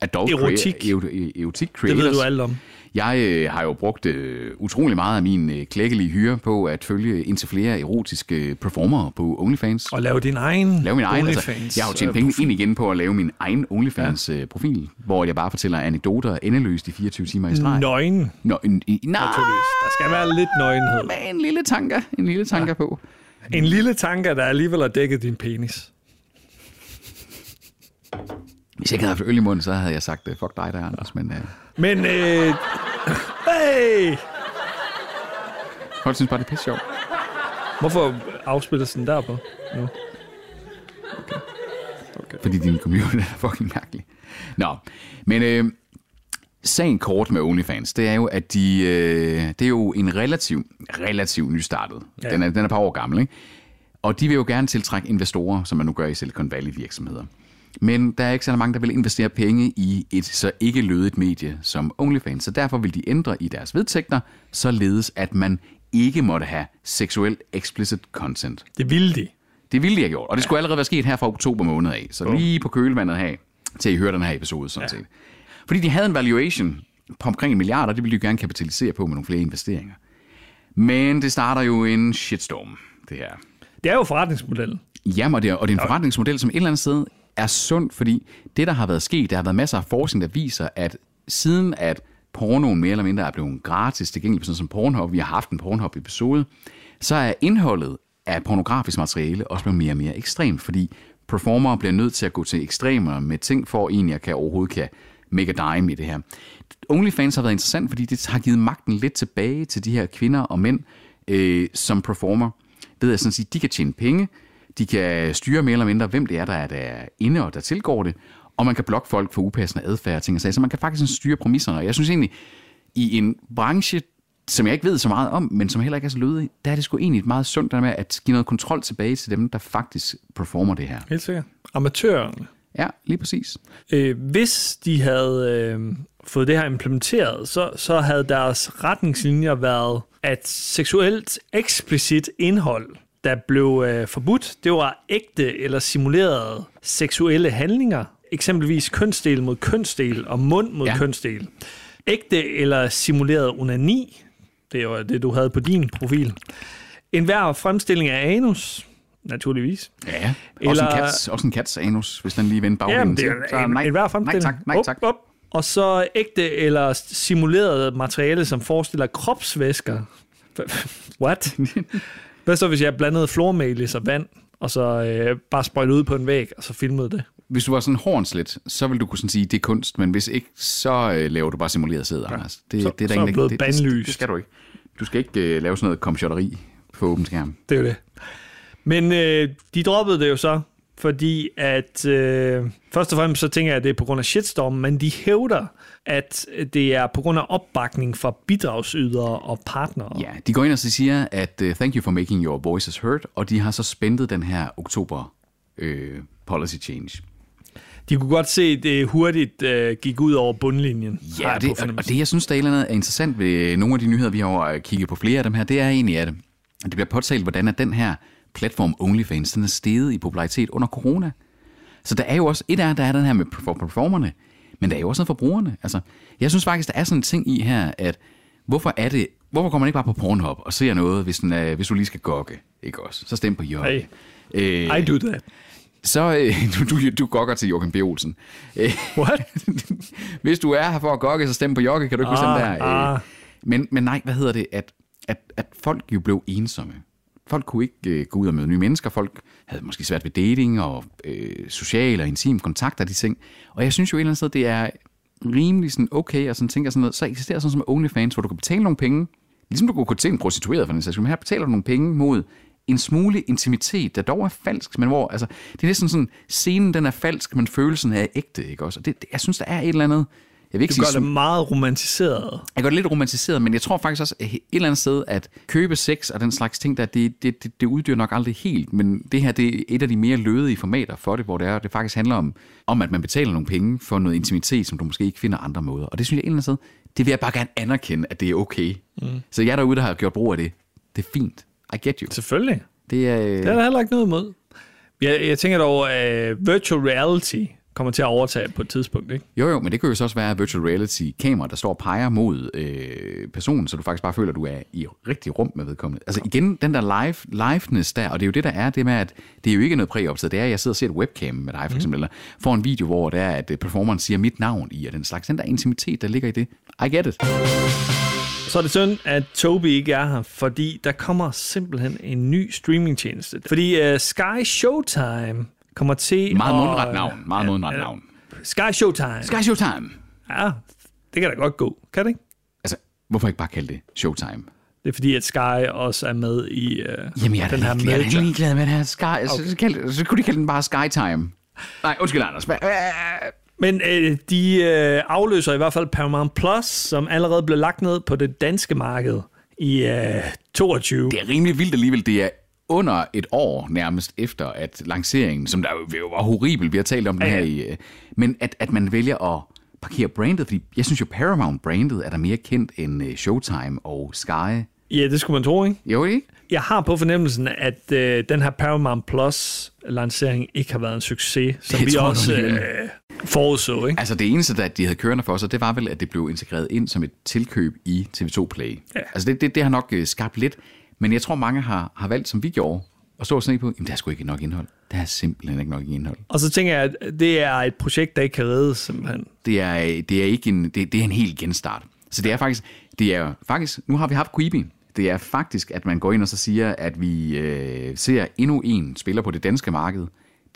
Speaker 2: adult
Speaker 3: Erotik.
Speaker 2: crea- eu- eu- erotik
Speaker 3: Det
Speaker 2: creators.
Speaker 3: ved du alt om.
Speaker 2: Jeg øh, har jo brugt øh, utrolig meget af min øh, klækkelige hyre på at følge indtil flere erotiske øh, performere på OnlyFans.
Speaker 3: Og lave din egen
Speaker 2: Lave min egen, altså,
Speaker 3: OnlyFans. øh,
Speaker 2: jeg har jo tjent penge ind igen på at lave min egen OnlyFans-profil, hvor jeg bare fortæller anekdoter endeløst i 24 timer i streg.
Speaker 3: Øh, Nøgen,
Speaker 2: Nå, en, en, nej,
Speaker 3: naturligvis. Der skal være lidt nøgenhed.
Speaker 2: med en lille tanker, en lille tanker ja. på.
Speaker 3: En lille tanke, der alligevel har dækket din penis.
Speaker 2: Hvis jeg ikke havde haft øl i munden, så havde jeg sagt, øh, fuck dig der, Anders, men øh,
Speaker 3: Men, øh, hey!
Speaker 2: folk synes bare, det er pisse sjovt.
Speaker 3: Hvorfor afspilles den derpå? Nu?
Speaker 2: Fordi din computer er fucking mærkelig. Nå, men øh, sagen kort med OnlyFans, det er jo, at de, øh, det er jo en relativ, relativ nystartet. Ja. Den, er, den er et par år gammel, ikke? Og de vil jo gerne tiltrække investorer, som man nu gør i Silicon Valley virksomheder. Men der er ikke så mange, der vil investere penge i et så ikke lødigt medie som OnlyFans, så derfor vil de ændre i deres vedtægter, således at man ikke måtte have seksuelt explicit content.
Speaker 3: Det ville de.
Speaker 2: Det ville de have gjort, og det skulle allerede være sket her fra oktober måned af. Så lige på kølevandet her, til I hører den her episode sådan ja. set. Fordi de havde en valuation på omkring en milliard, og det ville de jo gerne kapitalisere på med nogle flere investeringer. Men det starter jo en shitstorm, det her.
Speaker 3: Det er jo forretningsmodellen.
Speaker 2: Jamen, og det er, og det er en forretningsmodel, som et eller andet sted er sund, fordi det, der har været sket, der har været masser af forskning, der viser, at siden at pornoen mere eller mindre er blevet gratis tilgængelig, sådan som Pornhub, vi har haft en Pornhub-episode, så er indholdet af pornografisk materiale også blevet mere og mere ekstremt, fordi performere bliver nødt til at gå til ekstremer med ting, for egentlig at kan overhovedet kan make a dime i det her. OnlyFans har været interessant, fordi det har givet magten lidt tilbage til de her kvinder og mænd, øh, som performer, ved at sådan sige, de kan tjene penge, de kan styre mere eller mindre, hvem det er, der er der inde og der tilgår det, og man kan blokke folk for upassende adfærd og ting og sager. Så man kan faktisk sådan styre præmisserne. Og jeg synes egentlig, i en branche, som jeg ikke ved så meget om, men som heller ikke er så lødig, der er det sgu egentlig et meget sundt der med at give noget kontrol tilbage til dem, der faktisk performer det her.
Speaker 3: Helt sikkert. Amatørerne.
Speaker 2: Ja, lige præcis.
Speaker 3: Øh, hvis de havde øh, fået det her implementeret, så, så havde deres retningslinjer været, at seksuelt eksplicit indhold, der blev øh, forbudt, det var ægte eller simulerede seksuelle handlinger. Eksempelvis kønsdel mod kønsdel og mund mod
Speaker 2: Ja.
Speaker 3: ja. kønsdel. Ægte eller simuleret onani, det var det, du havde på din profil. En hver fremstilling af anus, naturligvis.
Speaker 2: Ja, også, en
Speaker 3: Eller-
Speaker 2: kats, også en kats anus, hvis den lige vender
Speaker 3: Ja,
Speaker 2: bagvinden
Speaker 3: men det
Speaker 2: til.
Speaker 3: er
Speaker 2: Så
Speaker 3: en,
Speaker 2: nej,
Speaker 3: en hver
Speaker 2: nej
Speaker 3: fremstilling.
Speaker 2: tak, nej
Speaker 3: Op,
Speaker 2: tak.
Speaker 3: Op. Og så ægte eller simuleret materiale, som forestiller kropsvæsker. What? Hvad så, hvis jeg blandede flormelis og vand, og så øh, bare sprøjtede ud på en væg, og så filmede det?
Speaker 2: Hvis du var sådan hornslet, så vil du kunne sådan sige, det er kunst, men hvis ikke, så øh, laver du bare simuleret sæd, Anders. Det,
Speaker 3: så-
Speaker 2: det er der
Speaker 3: så er
Speaker 2: ingen-
Speaker 3: blevet
Speaker 2: det, det, det, det
Speaker 3: bandlyst.
Speaker 2: skal du ikke. Du skal ikke øh, lave sådan noget komsjotteri på åben skærm.
Speaker 3: Det er jo det. Men øh, de droppede det jo så, fordi at... Øh, først og fremmest så tænker jeg, at det er på grund af shitstorm, men de hævder, at det er på grund af opbakning fra bidragsydere og partnere.
Speaker 2: Ja, de går ind og så siger, at uh, thank you for making your voices heard, og de har så spændet den her oktober øh, policy change.
Speaker 3: De kunne godt se, at det hurtigt øh, gik ud over bundlinjen. har
Speaker 2: Ja,
Speaker 3: jeg
Speaker 2: og det,
Speaker 3: på
Speaker 2: og, og
Speaker 3: fornemmelsen.
Speaker 2: det jeg synes, der er, et eller andet er interessant øh, ved nogle af de nyheder, vi har over- kigget på flere af dem her, det er egentlig, at det bliver påtalt, hvordan at den her platform OnlyFans, den er steget i popularitet under corona. Så der er jo også, et er, der er den her med for performerne, men der er jo også noget for brugerne. Altså, jeg synes faktisk, der er sådan en ting i her, at hvorfor er det, hvorfor kommer man ikke bare på Pornhub og ser noget, hvis, den er, hvis du lige skal gokke, ikke også? Så stem på Jørgen.
Speaker 3: Hey.
Speaker 2: Øh,
Speaker 3: I do that.
Speaker 2: så øh, du, du, du gokker til Joachim B. Olsen. Øh,
Speaker 3: What?
Speaker 2: Hvis du er her for at gokke, så stem på Jokke, kan du ikke huske
Speaker 3: Ah,
Speaker 2: den der?
Speaker 3: ah.
Speaker 2: Øh, men, men nej, hvad hedder det? At, at, at folk jo blev ensomme. Folk kunne ikke øh, gå ud og møde nye mennesker. Folk havde måske svært ved dating og øh, social og intim kontakt og de ting. Og jeg synes jo et eller andet sted, det er rimelig sådan okay, og sådan tænker sådan noget. Så eksisterer sådan noget som OnlyFans, hvor du kan betale nogle penge. Ligesom du kunne gå til en prostitueret for den sags skyld, men her betaler du nogle penge mod en smule intimitet, der dog er falsk, men hvor, altså, det er næsten sådan, scenen den er falsk, men følelsen er ægte, ikke også? Og det, det, jeg synes, der er et eller andet, jeg vil ikke
Speaker 3: Du
Speaker 2: sige
Speaker 3: gør det meget romantiseret.
Speaker 2: jeg gør det lidt romantiseret, men jeg tror faktisk også et eller andet sted, at købe sex og den slags ting, der, det, det, det, det uddyrer nok aldrig helt, men det her det er et af de mere lødige formater for det, hvor det, er, det faktisk handler om, om, at man betaler nogle penge for noget intimitet, som du måske ikke finder andre måder. Og det synes jeg et eller andet sted, det vil jeg bare gerne anerkende, at det er okay. Mm. Så jeg derude, der har gjort brug af det, det er fint. I get you.
Speaker 3: Selvfølgelig.
Speaker 2: Det er,
Speaker 3: Det er
Speaker 2: øh,
Speaker 3: der heller ikke noget imod. Jeg, jeg tænker dog, at uh, virtual reality kommer til at overtage på et tidspunkt, ikke?
Speaker 2: jo, jo, men det kan jo så også være virtual reality kamera, der står og peger mod øh, personen, så du faktisk bare føler, at du er i rigtig rum med vedkommende. Altså igen, den der live, liveness der, og det er jo det, der er, det med, at det er jo ikke noget præoptaget, det er, at jeg sidder og ser et webcam med dig, for eksempel, mm. eller får en video, hvor det er, at øh, performeren siger mit navn i, og den slags, den der intimitet, der ligger i det. I get it.
Speaker 3: Så er det synd, at Toby ikke er her, fordi der kommer simpelthen en ny streamingtjeneste. Fordi uh, Sky Showtime kommer til
Speaker 2: Meget
Speaker 3: at-
Speaker 2: mundret navn, meget mundret navn.
Speaker 3: Sky Showtime.
Speaker 2: Sky Showtime!
Speaker 3: Ja, det kan da godt gå, kan det ikke?
Speaker 2: Altså, hvorfor ikke bare kalde det Showtime?
Speaker 3: Det er fordi, at Sky også er med i uh, Jamen,
Speaker 2: Jamen, jeg er da
Speaker 3: den her
Speaker 2: ligeglad- jeg er da
Speaker 3: merger.
Speaker 2: ligeglad med det her Sky. Okay. Så, så, kald, så kunne de kalde den bare Skytime. Nej, undskyld, Anders. Hvad- hvad-
Speaker 3: Men øh, de øh, afløser i hvert fald Paramount Plus, som allerede blev lagt ned på det danske marked i øh, 22.
Speaker 2: Det er rimelig vildt alligevel. Det er under et år nærmest efter, at lanceringen, som der jo var horribel, vi har talt om den her i, øh, men at, at man vælger at parkere brandet, fordi jeg synes jo, Paramount-brandet er der mere kendt end øh, Showtime og Sky.
Speaker 3: Ja, det skulle man tro, ikke?
Speaker 2: Jo, ikke?
Speaker 3: Jeg har på fornemmelsen, at øh, den her Paramount Plus-lancering ikke har været en succes, som
Speaker 2: Det
Speaker 3: vi
Speaker 2: tror jeg,
Speaker 3: også
Speaker 2: du er
Speaker 3: øh, forudså, ikke?
Speaker 2: Altså det eneste, der de havde kørende for sig, det var vel, at det blev integreret ind som et tilkøb i TV2 Play. Ja. Altså det, det, det har nok øh, skabt lidt, men jeg tror mange har, har valgt, som vi gjorde, at stå og se på, jamen der er sgu ikke nok indhold. Der er simpelthen ikke nok indhold.
Speaker 3: Og så tænker jeg, at det er et projekt, der ikke kan reddes, simpelthen.
Speaker 2: det er, det er ikke en, det, det er en helt genstart. Så det er faktisk, det er faktisk, nu har vi haft Creepy. Det er faktisk, at man går ind og så siger, at vi øh, ser endnu en spiller på det danske marked.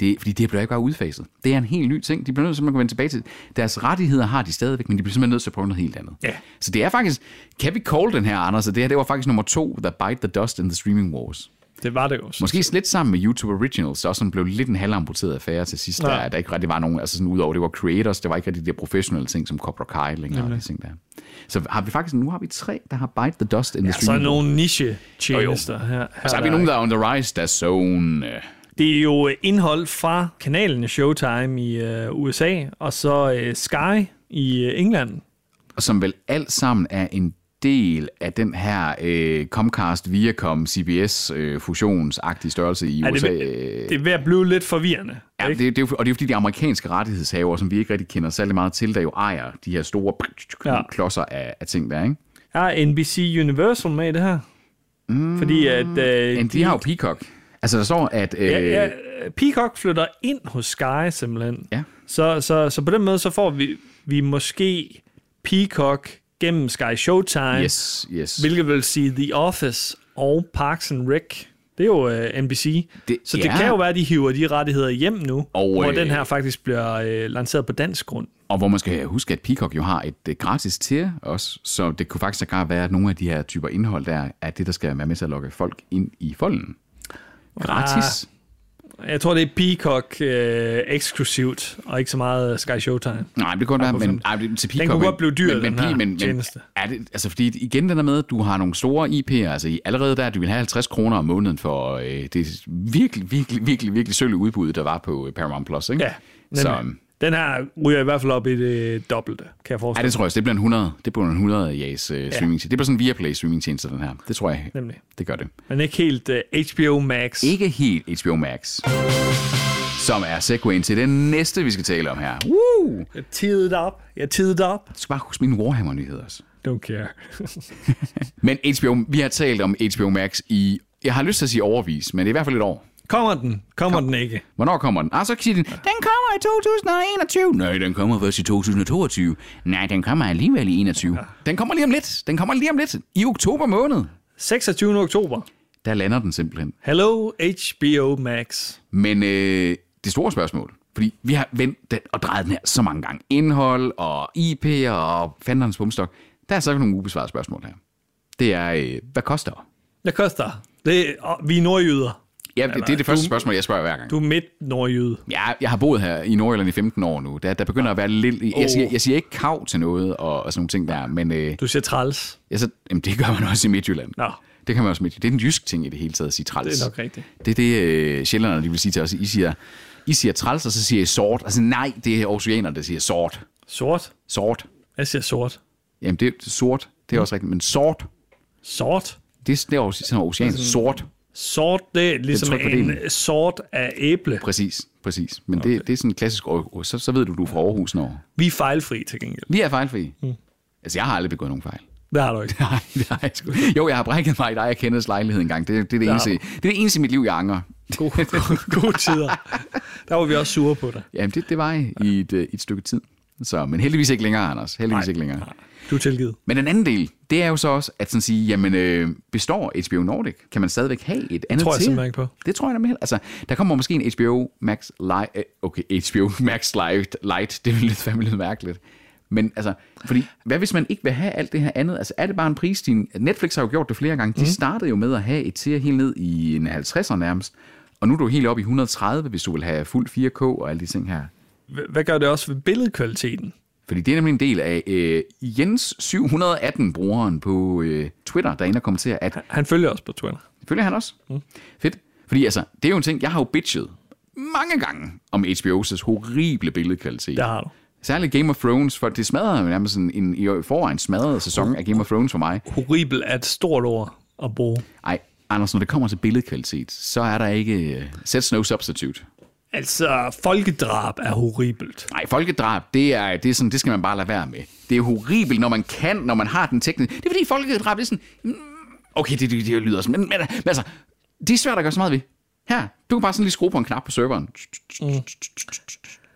Speaker 2: Det, fordi det bliver ikke bare udfaset. Det er en helt ny ting. De bliver nødt til at vende tilbage til. Deres rettigheder har de stadigvæk, men de bliver simpelthen nødt til at prøve noget helt andet.
Speaker 3: Ja.
Speaker 2: Så det er faktisk, kan vi call den her, Anders? Og det her, det var faktisk nummer to, The Bite the Dust in the Streaming Wars.
Speaker 3: Det var det jo.
Speaker 2: Måske lidt sammen med YouTube Originals, også som blev lidt en halvamputeret affære til sidst, ja. der, der ikke rigtig var nogen, altså sådan udover, det var creators, det var ikke rigtig de der professionelle ting, som Cobra Kai længere, og de ting der. Så har vi faktisk, nu har vi tre, der har Bite the Dust in the ja,
Speaker 3: Så er
Speaker 2: Streaming.
Speaker 3: Altså, nogle niche-tjenester her. her
Speaker 2: Så har vi
Speaker 3: der,
Speaker 2: nogen, der Altså, er on the rise, der er Zone. øh,
Speaker 3: Det er jo øh, indhold fra kanalen Showtime i øh, USA, og så øh, Sky i øh, England.
Speaker 2: og som vel alt sammen er en del af den her øh, Comcast, Viacom, CBS øh, fusionsagtige størrelse i
Speaker 3: Er det,
Speaker 2: USA.
Speaker 3: ved- det er ved at blive lidt forvirrende.
Speaker 2: Ja, det,
Speaker 3: ikke?
Speaker 2: det er jo, og det er jo fordi, de amerikanske rettighedshavere, som vi ikke rigtig kender særlig meget til, der jo ejer de her store
Speaker 3: Ja.
Speaker 2: klodser af, af ting der, ikke?
Speaker 3: Er NBC Universal med i det her? Mm, Fordi at... Øh,
Speaker 2: Men de har jo Peacock. Altså, der står, at... Øh,
Speaker 3: ja, ja, Peacock flytter ind hos Sky simpelthen.
Speaker 2: Ja.
Speaker 3: Så, så, så på den måde, så får vi, vi måske Peacock gennem Sky Showtime,
Speaker 2: Yes, yes.
Speaker 3: hvilket vil sige The Office og Parks and Rec. Det er jo øh, NBC.
Speaker 2: Det-
Speaker 3: så det
Speaker 2: ja.
Speaker 3: kan jo være, at de hiver de rettigheder hjem nu,
Speaker 2: Og,
Speaker 3: hvor
Speaker 2: øh,
Speaker 3: den her faktisk bliver øh, lanceret på dansk grund.
Speaker 2: Og hvor man skal huske, at Peacock jo har et øh, gratis tier også, så det kunne faktisk godt være, at nogle af de her typer indhold, der er det, der skal være med til at lokke folk ind i folden.
Speaker 3: Ah.
Speaker 2: Gratis.
Speaker 3: Jeg tror, det er Peacock øh, eksklusivt, og ikke så meget Sky Showtime.
Speaker 2: Nej, men det kunne godt være, men ej, det- til Peacock...
Speaker 3: kunne
Speaker 2: men-
Speaker 3: godt blive dyr,
Speaker 2: men, men,
Speaker 3: den her
Speaker 2: men, men,
Speaker 3: tjeneste.
Speaker 2: Er det, altså, fordi igen den der med, at du har nogle store IP'er, altså i, allerede der, du vil have 50 kroner om måneden for øh, det virkelig, virkelig, virkelig, virkelig sølle udbud, der var på øh, Paramount Plus, ikke?
Speaker 3: Ja,
Speaker 2: Så
Speaker 3: nemlig. Den her ryger i hvert fald op i det dobbelte, kan jeg
Speaker 2: Ja,
Speaker 3: forestille
Speaker 2: det tror jeg også. Det bliver en 100. Det bliver en 100 i jegs øh, streamingtjeneste. Det bliver sådan en Viaplay streamingtjeneste, den her. Det tror jeg.
Speaker 3: Nemlig.
Speaker 2: Det gør det.
Speaker 3: Men ikke helt uh, HBO Max.
Speaker 2: Ikke helt HBO Max. Som er segwayen til den næste, vi skal tale om her. Woo! Du
Speaker 3: Jeg tidede det op. Jeg tidede det op.
Speaker 2: skal bare huske mine Warhammer-nyheder også.
Speaker 3: Don't care.
Speaker 2: Men HBO, vi har talt om HBO Max i, jeg har lyst til at sige overvis, men det er i hvert fald et år.
Speaker 3: Kommer den? Kommer Kom. den ikke?
Speaker 2: Hvornår kommer den? Ah, så siger den, den kommer i 2021. Nej, den kommer først i 2022. Nej, den kommer alligevel i 21. Den kommer lige om lidt. Den kommer lige om lidt. I oktober måned.
Speaker 3: 26. oktober.
Speaker 2: Der lander den simpelthen.
Speaker 3: Hello HBO Max.
Speaker 2: Men øh, det store spørgsmål, fordi vi har vendt den og drejet den her så mange gange. Indhold og IP'er og fanderens bumstok. Der er så nogle ubesvarede spørgsmål her. Det er, øh, hvad koster det?
Speaker 3: Hvad koster? Det, og vi er nordjyder.
Speaker 2: Ja, det, det er det første spørgsmål, jeg spørger hver gang.
Speaker 3: Du er midt nordjyde.
Speaker 2: Ja, jeg har boet her i Nordjylland i 15 år nu. Der, der begynder at være lidt... Jeg siger, jeg siger ikke kav til noget og, og sådan nogle ting der, men øh,
Speaker 3: Du siger træls.
Speaker 2: jeg så, jamen, det gør man også i Midtjylland.
Speaker 3: Nå.
Speaker 2: Det kan man også i Midtjylland. Det er en jysk ting i det hele taget at sige træls.
Speaker 3: Det er nok rigtigt.
Speaker 2: Det er det, øh, sjællanderne de vil sige til os. I siger, I siger træls, og så siger I sort. Altså nej, det er oceanerne, der siger sort.
Speaker 3: Sort.
Speaker 2: Sort.
Speaker 3: Jeg siger sort.
Speaker 2: Jamen det er sort.
Speaker 3: Mm.
Speaker 2: Det er også rigtigt, men sort.
Speaker 3: Sort?
Speaker 2: Det, det er også sådan ocean. Sort.
Speaker 3: Sort, det er ligesom
Speaker 2: tryk på
Speaker 3: en
Speaker 2: delen.
Speaker 3: sort af æble.
Speaker 2: Præcis, præcis. Men okay. det, det er sådan en klassisk... og- og Så, så ved du, du er fra Aarhus, når...
Speaker 3: Vi er fejlfri til gengæld.
Speaker 2: Vi er fejlfri. Mm. Altså, jeg har aldrig begået nogen fejl.
Speaker 3: Det har du ikke.
Speaker 2: Nej, det har jeg sgu. Jo, jeg har brækket mig i dig, jeg kendtes lejlighed engang. Det, det, er det, eneste, det er det eneste i mit liv, jeg angrer.
Speaker 3: God, god, gode tider. Der var vi også sure på dig.
Speaker 2: Jamen, det, det var jeg i et, øh, et stykke tid. Så, men heldigvis ikke længere, Anders. Heldigvis nej, ikke længere. Nej.
Speaker 3: Du er tilgivet.
Speaker 2: Men den anden del, det er jo så også at sådan sige, jamen, øh, består HBO Nordic? Kan man stadigvæk have et andet
Speaker 3: tror jeg
Speaker 2: til?
Speaker 3: simpelthen ikke på.
Speaker 2: Det tror jeg nemlig heller- Altså, der kommer måske en HBO Max Live... øh, Okay, HBO Max Live Light. Det er lidt fandme lidt mærkeligt. Men altså, fordi, hvad hvis man ikke vil have alt det her andet? Altså, er det bare en prisstigning? Netflix har jo gjort det flere gange. De
Speaker 3: Mhm.
Speaker 2: startede jo med at have et tier helt ned i en 50'er nærmest. Og nu er du helt oppe i 130, hvis du vil have fuld 4K og alle de ting her.
Speaker 3: H- Hvad gør det også ved billedkvaliteten?
Speaker 2: Fordi det er nemlig en del af øh, Jens718-brugeren på øh, Twitter, der er inde og kommenterer, at
Speaker 3: Han følger os på Twitter.
Speaker 2: Følger han også? Mm. Fedt. Fordi altså, det er jo en ting, jeg har jo bitchet mange gange om HBO's horrible billedkvalitet.
Speaker 3: Det har du.
Speaker 2: Særligt Game of Thrones, for det smadrede jo nærmest en, en i forvejen smadret sæson af Game of Thrones for mig.
Speaker 3: Horribel er et stort ord at bruge.
Speaker 2: Ej, Anders, når det kommer til billedkvalitet, så er der ikke... Uh, sets no substitute.
Speaker 3: Altså, folkedrab er horribelt.
Speaker 2: Nej, folkedrab, det, er, det, er sådan, det skal man bare lade være med. Det er horribelt, når man kan, når man har den tekniske... Det er fordi folkedrab, det er sådan... mm, Okay, det, det, det lyder sådan, men, men, men altså, det er svært at gøre så meget ved. Her, du kan bare sådan lige skrue på en knap på serveren.
Speaker 3: Mm.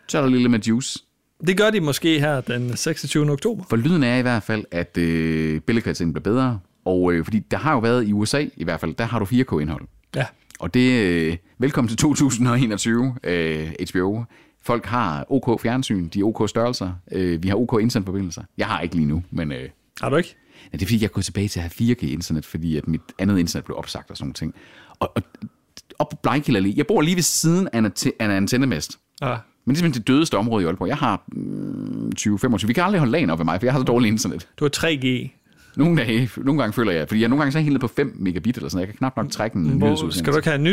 Speaker 2: Så er der lige lidt med juice.
Speaker 3: Det gør de måske her den 26. oktober.
Speaker 2: For lyden er i hvert fald, at øh, billedkvaliteten bliver bedre. Og øh, fordi der har jo været i USA i hvert fald, der har du 4K-indhold.
Speaker 3: Ja.
Speaker 2: Og det, øh, velkommen til 2021, øh, HBO. Folk har OK fjernsyn, de er OK størrelser, øh, vi har OK internetforbindelser. Jeg har ikke lige nu, men øh,
Speaker 3: Har du ikke?
Speaker 2: ja, det er fordi, jeg går tilbage til at have 4G internet, fordi at mit andet internet blev opsagt og sådan nogle ting. Og, og op på Blejkilder lige, jeg bor lige ved siden af en, ante- af en antennemast.
Speaker 3: Ja.
Speaker 2: Men det er simpelthen det dødeste område i Aalborg. Jeg har mm, 20-25. Vi kan aldrig holde lagen op ved mig, for jeg har så dårligt internet.
Speaker 3: Du har 3G.
Speaker 2: Nogle, dage, nogle gange føler jeg, fordi jeg nogle gange så er helt nede på 5 megabit eller sådan noget. Jeg kan knap nok trække en
Speaker 3: Hvor
Speaker 2: nyhedsudsendelse.
Speaker 3: skal du ikke have nyt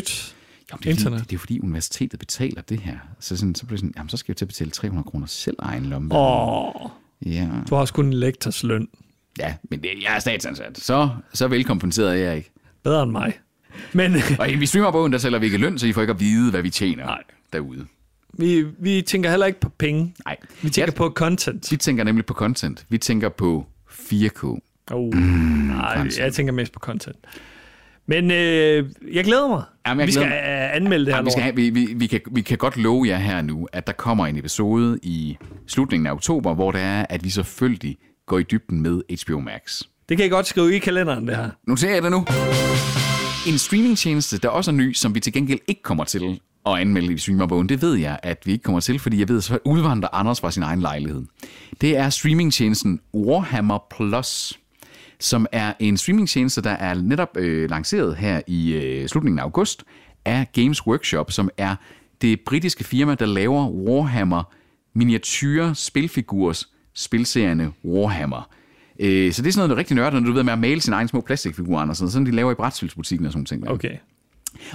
Speaker 2: Jamen, det, er fordi,
Speaker 3: internet?
Speaker 2: det, det er fordi, universitetet betaler det her. Så, sådan, så bliver det sådan, jamen, så skal jeg til at betale 300 kroner selv af egen lomme.
Speaker 3: Åh,
Speaker 2: Ja.
Speaker 3: du har også kun en lektors løn.
Speaker 2: ja, men det, jeg er statsansat. Så, så velkompenseret er jeg ikke.
Speaker 3: Bedre end mig. Men
Speaker 2: Og vi streamer bogen, der sælger vi ikke løn, så I får ikke at vide, hvad vi tjener Nej. derude.
Speaker 3: vi, vi tænker heller ikke på penge.
Speaker 2: Nej.
Speaker 3: Vi tænker
Speaker 2: Jeg-
Speaker 3: på content.
Speaker 2: Vi tænker nemlig på content. Vi tænker på 4K.
Speaker 3: Oh,
Speaker 2: Mm,
Speaker 3: nej, jeg tænker mest på content. Men øh, jeg glæder mig.
Speaker 2: Jamen, jeg
Speaker 3: vi skal
Speaker 2: glæder
Speaker 3: øh, anmelde det her
Speaker 2: Jamen, vi, skal
Speaker 3: lort.
Speaker 2: have, vi, vi, vi, kan, vi kan godt love jer her nu, at der kommer en episode i slutningen af oktober, hvor det er, at vi selvfølgelig går i dybden med HBO Max.
Speaker 3: Det kan I godt skrive i kalenderen, det her.
Speaker 2: Noterer jeg det nu. En streamingtjeneste, der også er ny, som vi til gengæld ikke kommer til at anmelde i streamerbogen, det ved jeg, at vi ikke kommer til, fordi jeg ved, så udvandrer Anders fra sin egen lejlighed. Det er streamingtjenesten Warhammer Plus, som er en streamingtjeneste, der er netop øh, lanceret her i øh, slutningen af august af Games Workshop, som er det britiske firma, der laver Warhammer miniature spilfigurs spilserierne Warhammer. Øh, så det er sådan noget rigtig nørdet, når du ved med at male sine egne små plastikfigurer, og sådan, sådan de laver i brætspilsbutikken og sådan nogle ting. der.
Speaker 3: Okay.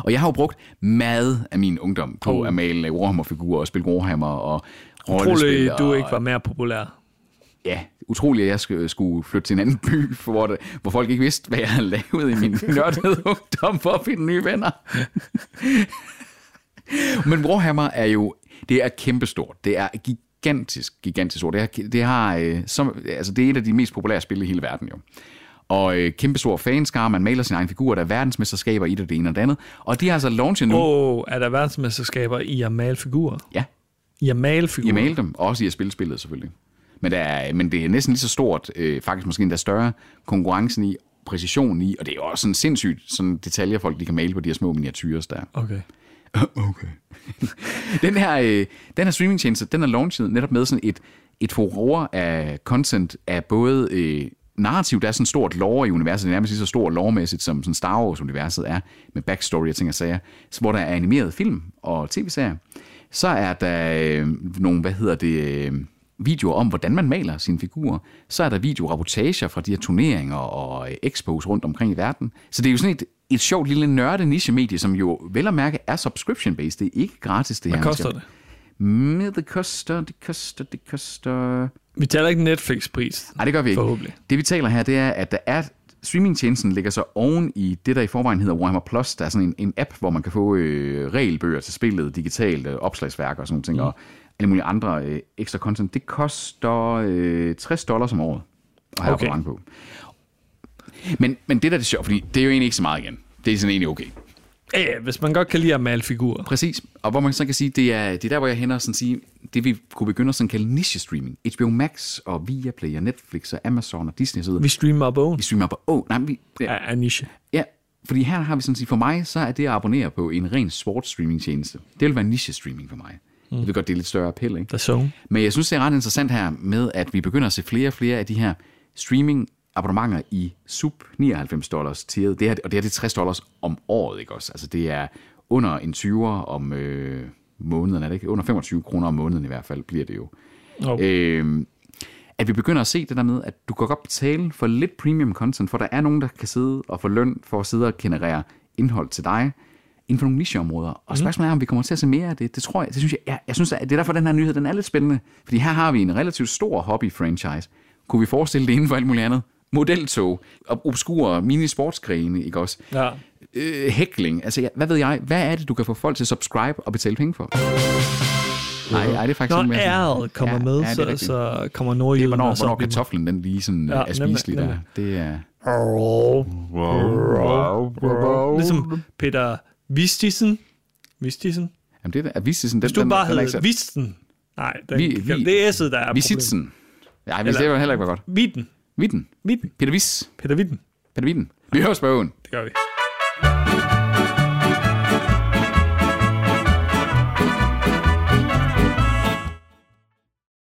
Speaker 2: Og jeg har jo brugt meget af min ungdom på oh. at male Warhammer-figurer og spille Warhammer og rollespil.
Speaker 3: Utroligt, du
Speaker 2: og- Mm.
Speaker 3: ikke var mere populær.
Speaker 2: Ja, utroligt, at jeg skulle- skulle flytte til en anden by, for hvor, det, hvor folk ikke vidste, hvad jeg havde lavet i min nørdede ungdom for at finde nye venner. Men Warhammer er jo, det er kæmpestort. Det er gigantisk, gigantisk stort. Det, er, det, har, øh, som, altså, det er et af de mest populære spil i hele verden jo. Og øh, kæmpestor fanskare, man maler sin egen figur, der er verdensmesterskaber i det, det ene og det andet. Og de har altså launchet nu.
Speaker 3: Åh, oh, er der verdensmesterskaber i at male figurer?
Speaker 2: Ja,
Speaker 3: I at male figurer?
Speaker 2: I mail dem, og også i at spille spillet selvfølgelig. Men, der er, men det er næsten lige så stort, øh, faktisk måske endda større, konkurrencen i, præcisionen i, og det er jo også sådan sindssygt sådan detaljer, folk de kan male på de her små miniatyrer der.
Speaker 3: Okay.
Speaker 2: Okay. den her, øh, den her streamingtjeneste, den er launchet netop med sådan et, et forår af content af både øh, narrativ, der er sådan et stort lore i universet, det er nærmest lige så stort loremæssigt, som sådan Star Wars-universet er, med backstory og ting og sager, så hvor der er animeret film og tv-serier. Så er der øh, nogle, hvad hedder det, øh, videoer om, hvordan man maler sine figurer. Så er der videorapportager fra de her turneringer og øh, expos rundt omkring i verden. Så det er jo sådan et, et sjovt lille nørde niche-medie, som jo vel at mærke er subscription-based. Det er ikke gratis, det
Speaker 3: Hvad
Speaker 2: her.
Speaker 3: koster det?
Speaker 2: Mm, det koster, det koster, det koster...
Speaker 3: Vi taler ikke Netflix-pris.
Speaker 2: Nej, det gør vi ikke.
Speaker 3: Forhåbentlig.
Speaker 2: Det vi taler her, det er, at der er streamingtjenesten ligger så oven i det, der i forvejen hedder Warhammer Plus. Der er sådan en, en app, hvor man kan få øh, regelbøger til spillet, digitalt, øh, opslagsværk og sådan nogle ting, mm. og alle mulige andre øh, ekstra content. Det koster øh, 60 dollars om året at have
Speaker 3: Okay.
Speaker 2: okay. på. Men, men det der er det sjovt, fordi det er jo egentlig ikke så meget igen. Det er sådan egentlig okay.
Speaker 3: Ja, hvis man godt kan lide at male figurer.
Speaker 2: Præcis, og hvor man så kan sige, det er, det er der, hvor jeg hænder sådan sige, det vi kunne begynde at sådan kalde niche-streaming. HBO Max og Viaplay og Netflix og Amazon og Disney osv.
Speaker 3: Vi streamer op oven.
Speaker 2: Vi streamer på... Åh, oh, nej, men vi... Ja,
Speaker 3: Ja, er niche.
Speaker 2: ja, fordi her har vi sådan set... For mig, så er det at abonnere på en ren sportsstreamingtjeneste. Det vil være niche-streaming for mig. Mm. Jeg ved godt, det er lidt større appel, ikke?
Speaker 3: Der zone.
Speaker 2: Men jeg synes, det er ret interessant her med, at vi begynder at se flere og flere af de her streaming abonnementer i sub 99 dollars tiered. Det her, og det her det er 60 dollars om året, ikke også? Altså det er under en 20'er om øh, måneden, er det ikke? Under 25 kroner om måneden i hvert fald bliver det jo.
Speaker 3: Oh.
Speaker 2: Øh, at vi begynder at se det der med, at du kan godt betale for lidt premium content, for der er nogen, der kan sidde og få løn for at sidde og generere indhold til dig inden for nogle nicheområder.
Speaker 3: Mhm.
Speaker 2: Og spørgsmålet er, om vi kommer til at se mere af det. Det tror jeg, det synes jeg, jeg, jeg synes, at det er derfor, den her nyhed, den er lidt spændende. Fordi her har vi en relativt stor hobby-franchise. Kunne vi forestille det inden for alt muligt andet? Modeltog, ob- obskure mini-sportsgrene, ikke også?
Speaker 3: Ja.
Speaker 2: Øh, hækling, altså ja, hvad ved jeg, hvad er det, du kan få folk til at subscribe og betale penge for? Nej, nej, det er faktisk
Speaker 3: Når
Speaker 2: ikke mere sådan-
Speaker 3: æret kommer
Speaker 2: Ja,
Speaker 3: med,
Speaker 2: ja, det er
Speaker 3: så,
Speaker 2: rigtigt.
Speaker 3: så kommer
Speaker 2: Det er,
Speaker 3: nordjyden.
Speaker 2: hvornår,
Speaker 3: og så
Speaker 2: hvornår
Speaker 3: bliver-
Speaker 2: altså, kartoflen den lige sådan
Speaker 3: Ja,
Speaker 2: ja, er spiselig der.
Speaker 3: nemlig,
Speaker 2: Det er...
Speaker 3: Ligesom Peter Vistisen. Vistisen?
Speaker 2: Jamen, det er, er Vistisen, den,
Speaker 3: Hvis du
Speaker 2: den,
Speaker 3: bare
Speaker 2: den er ikke
Speaker 3: hedder
Speaker 2: så-
Speaker 3: Visten. Nej, den,
Speaker 2: Vi-
Speaker 3: vi,
Speaker 2: vi-
Speaker 3: det er S'et, der er problemet.
Speaker 2: Visitsen. Nej, hvis det var heller ikke var godt.
Speaker 3: Vitten.
Speaker 2: Vitten.
Speaker 3: Vitten.
Speaker 2: Peter Vis.
Speaker 3: Peter Vitten.
Speaker 2: Peter Vitten. Vi hører spørgen.
Speaker 3: Det gør vi.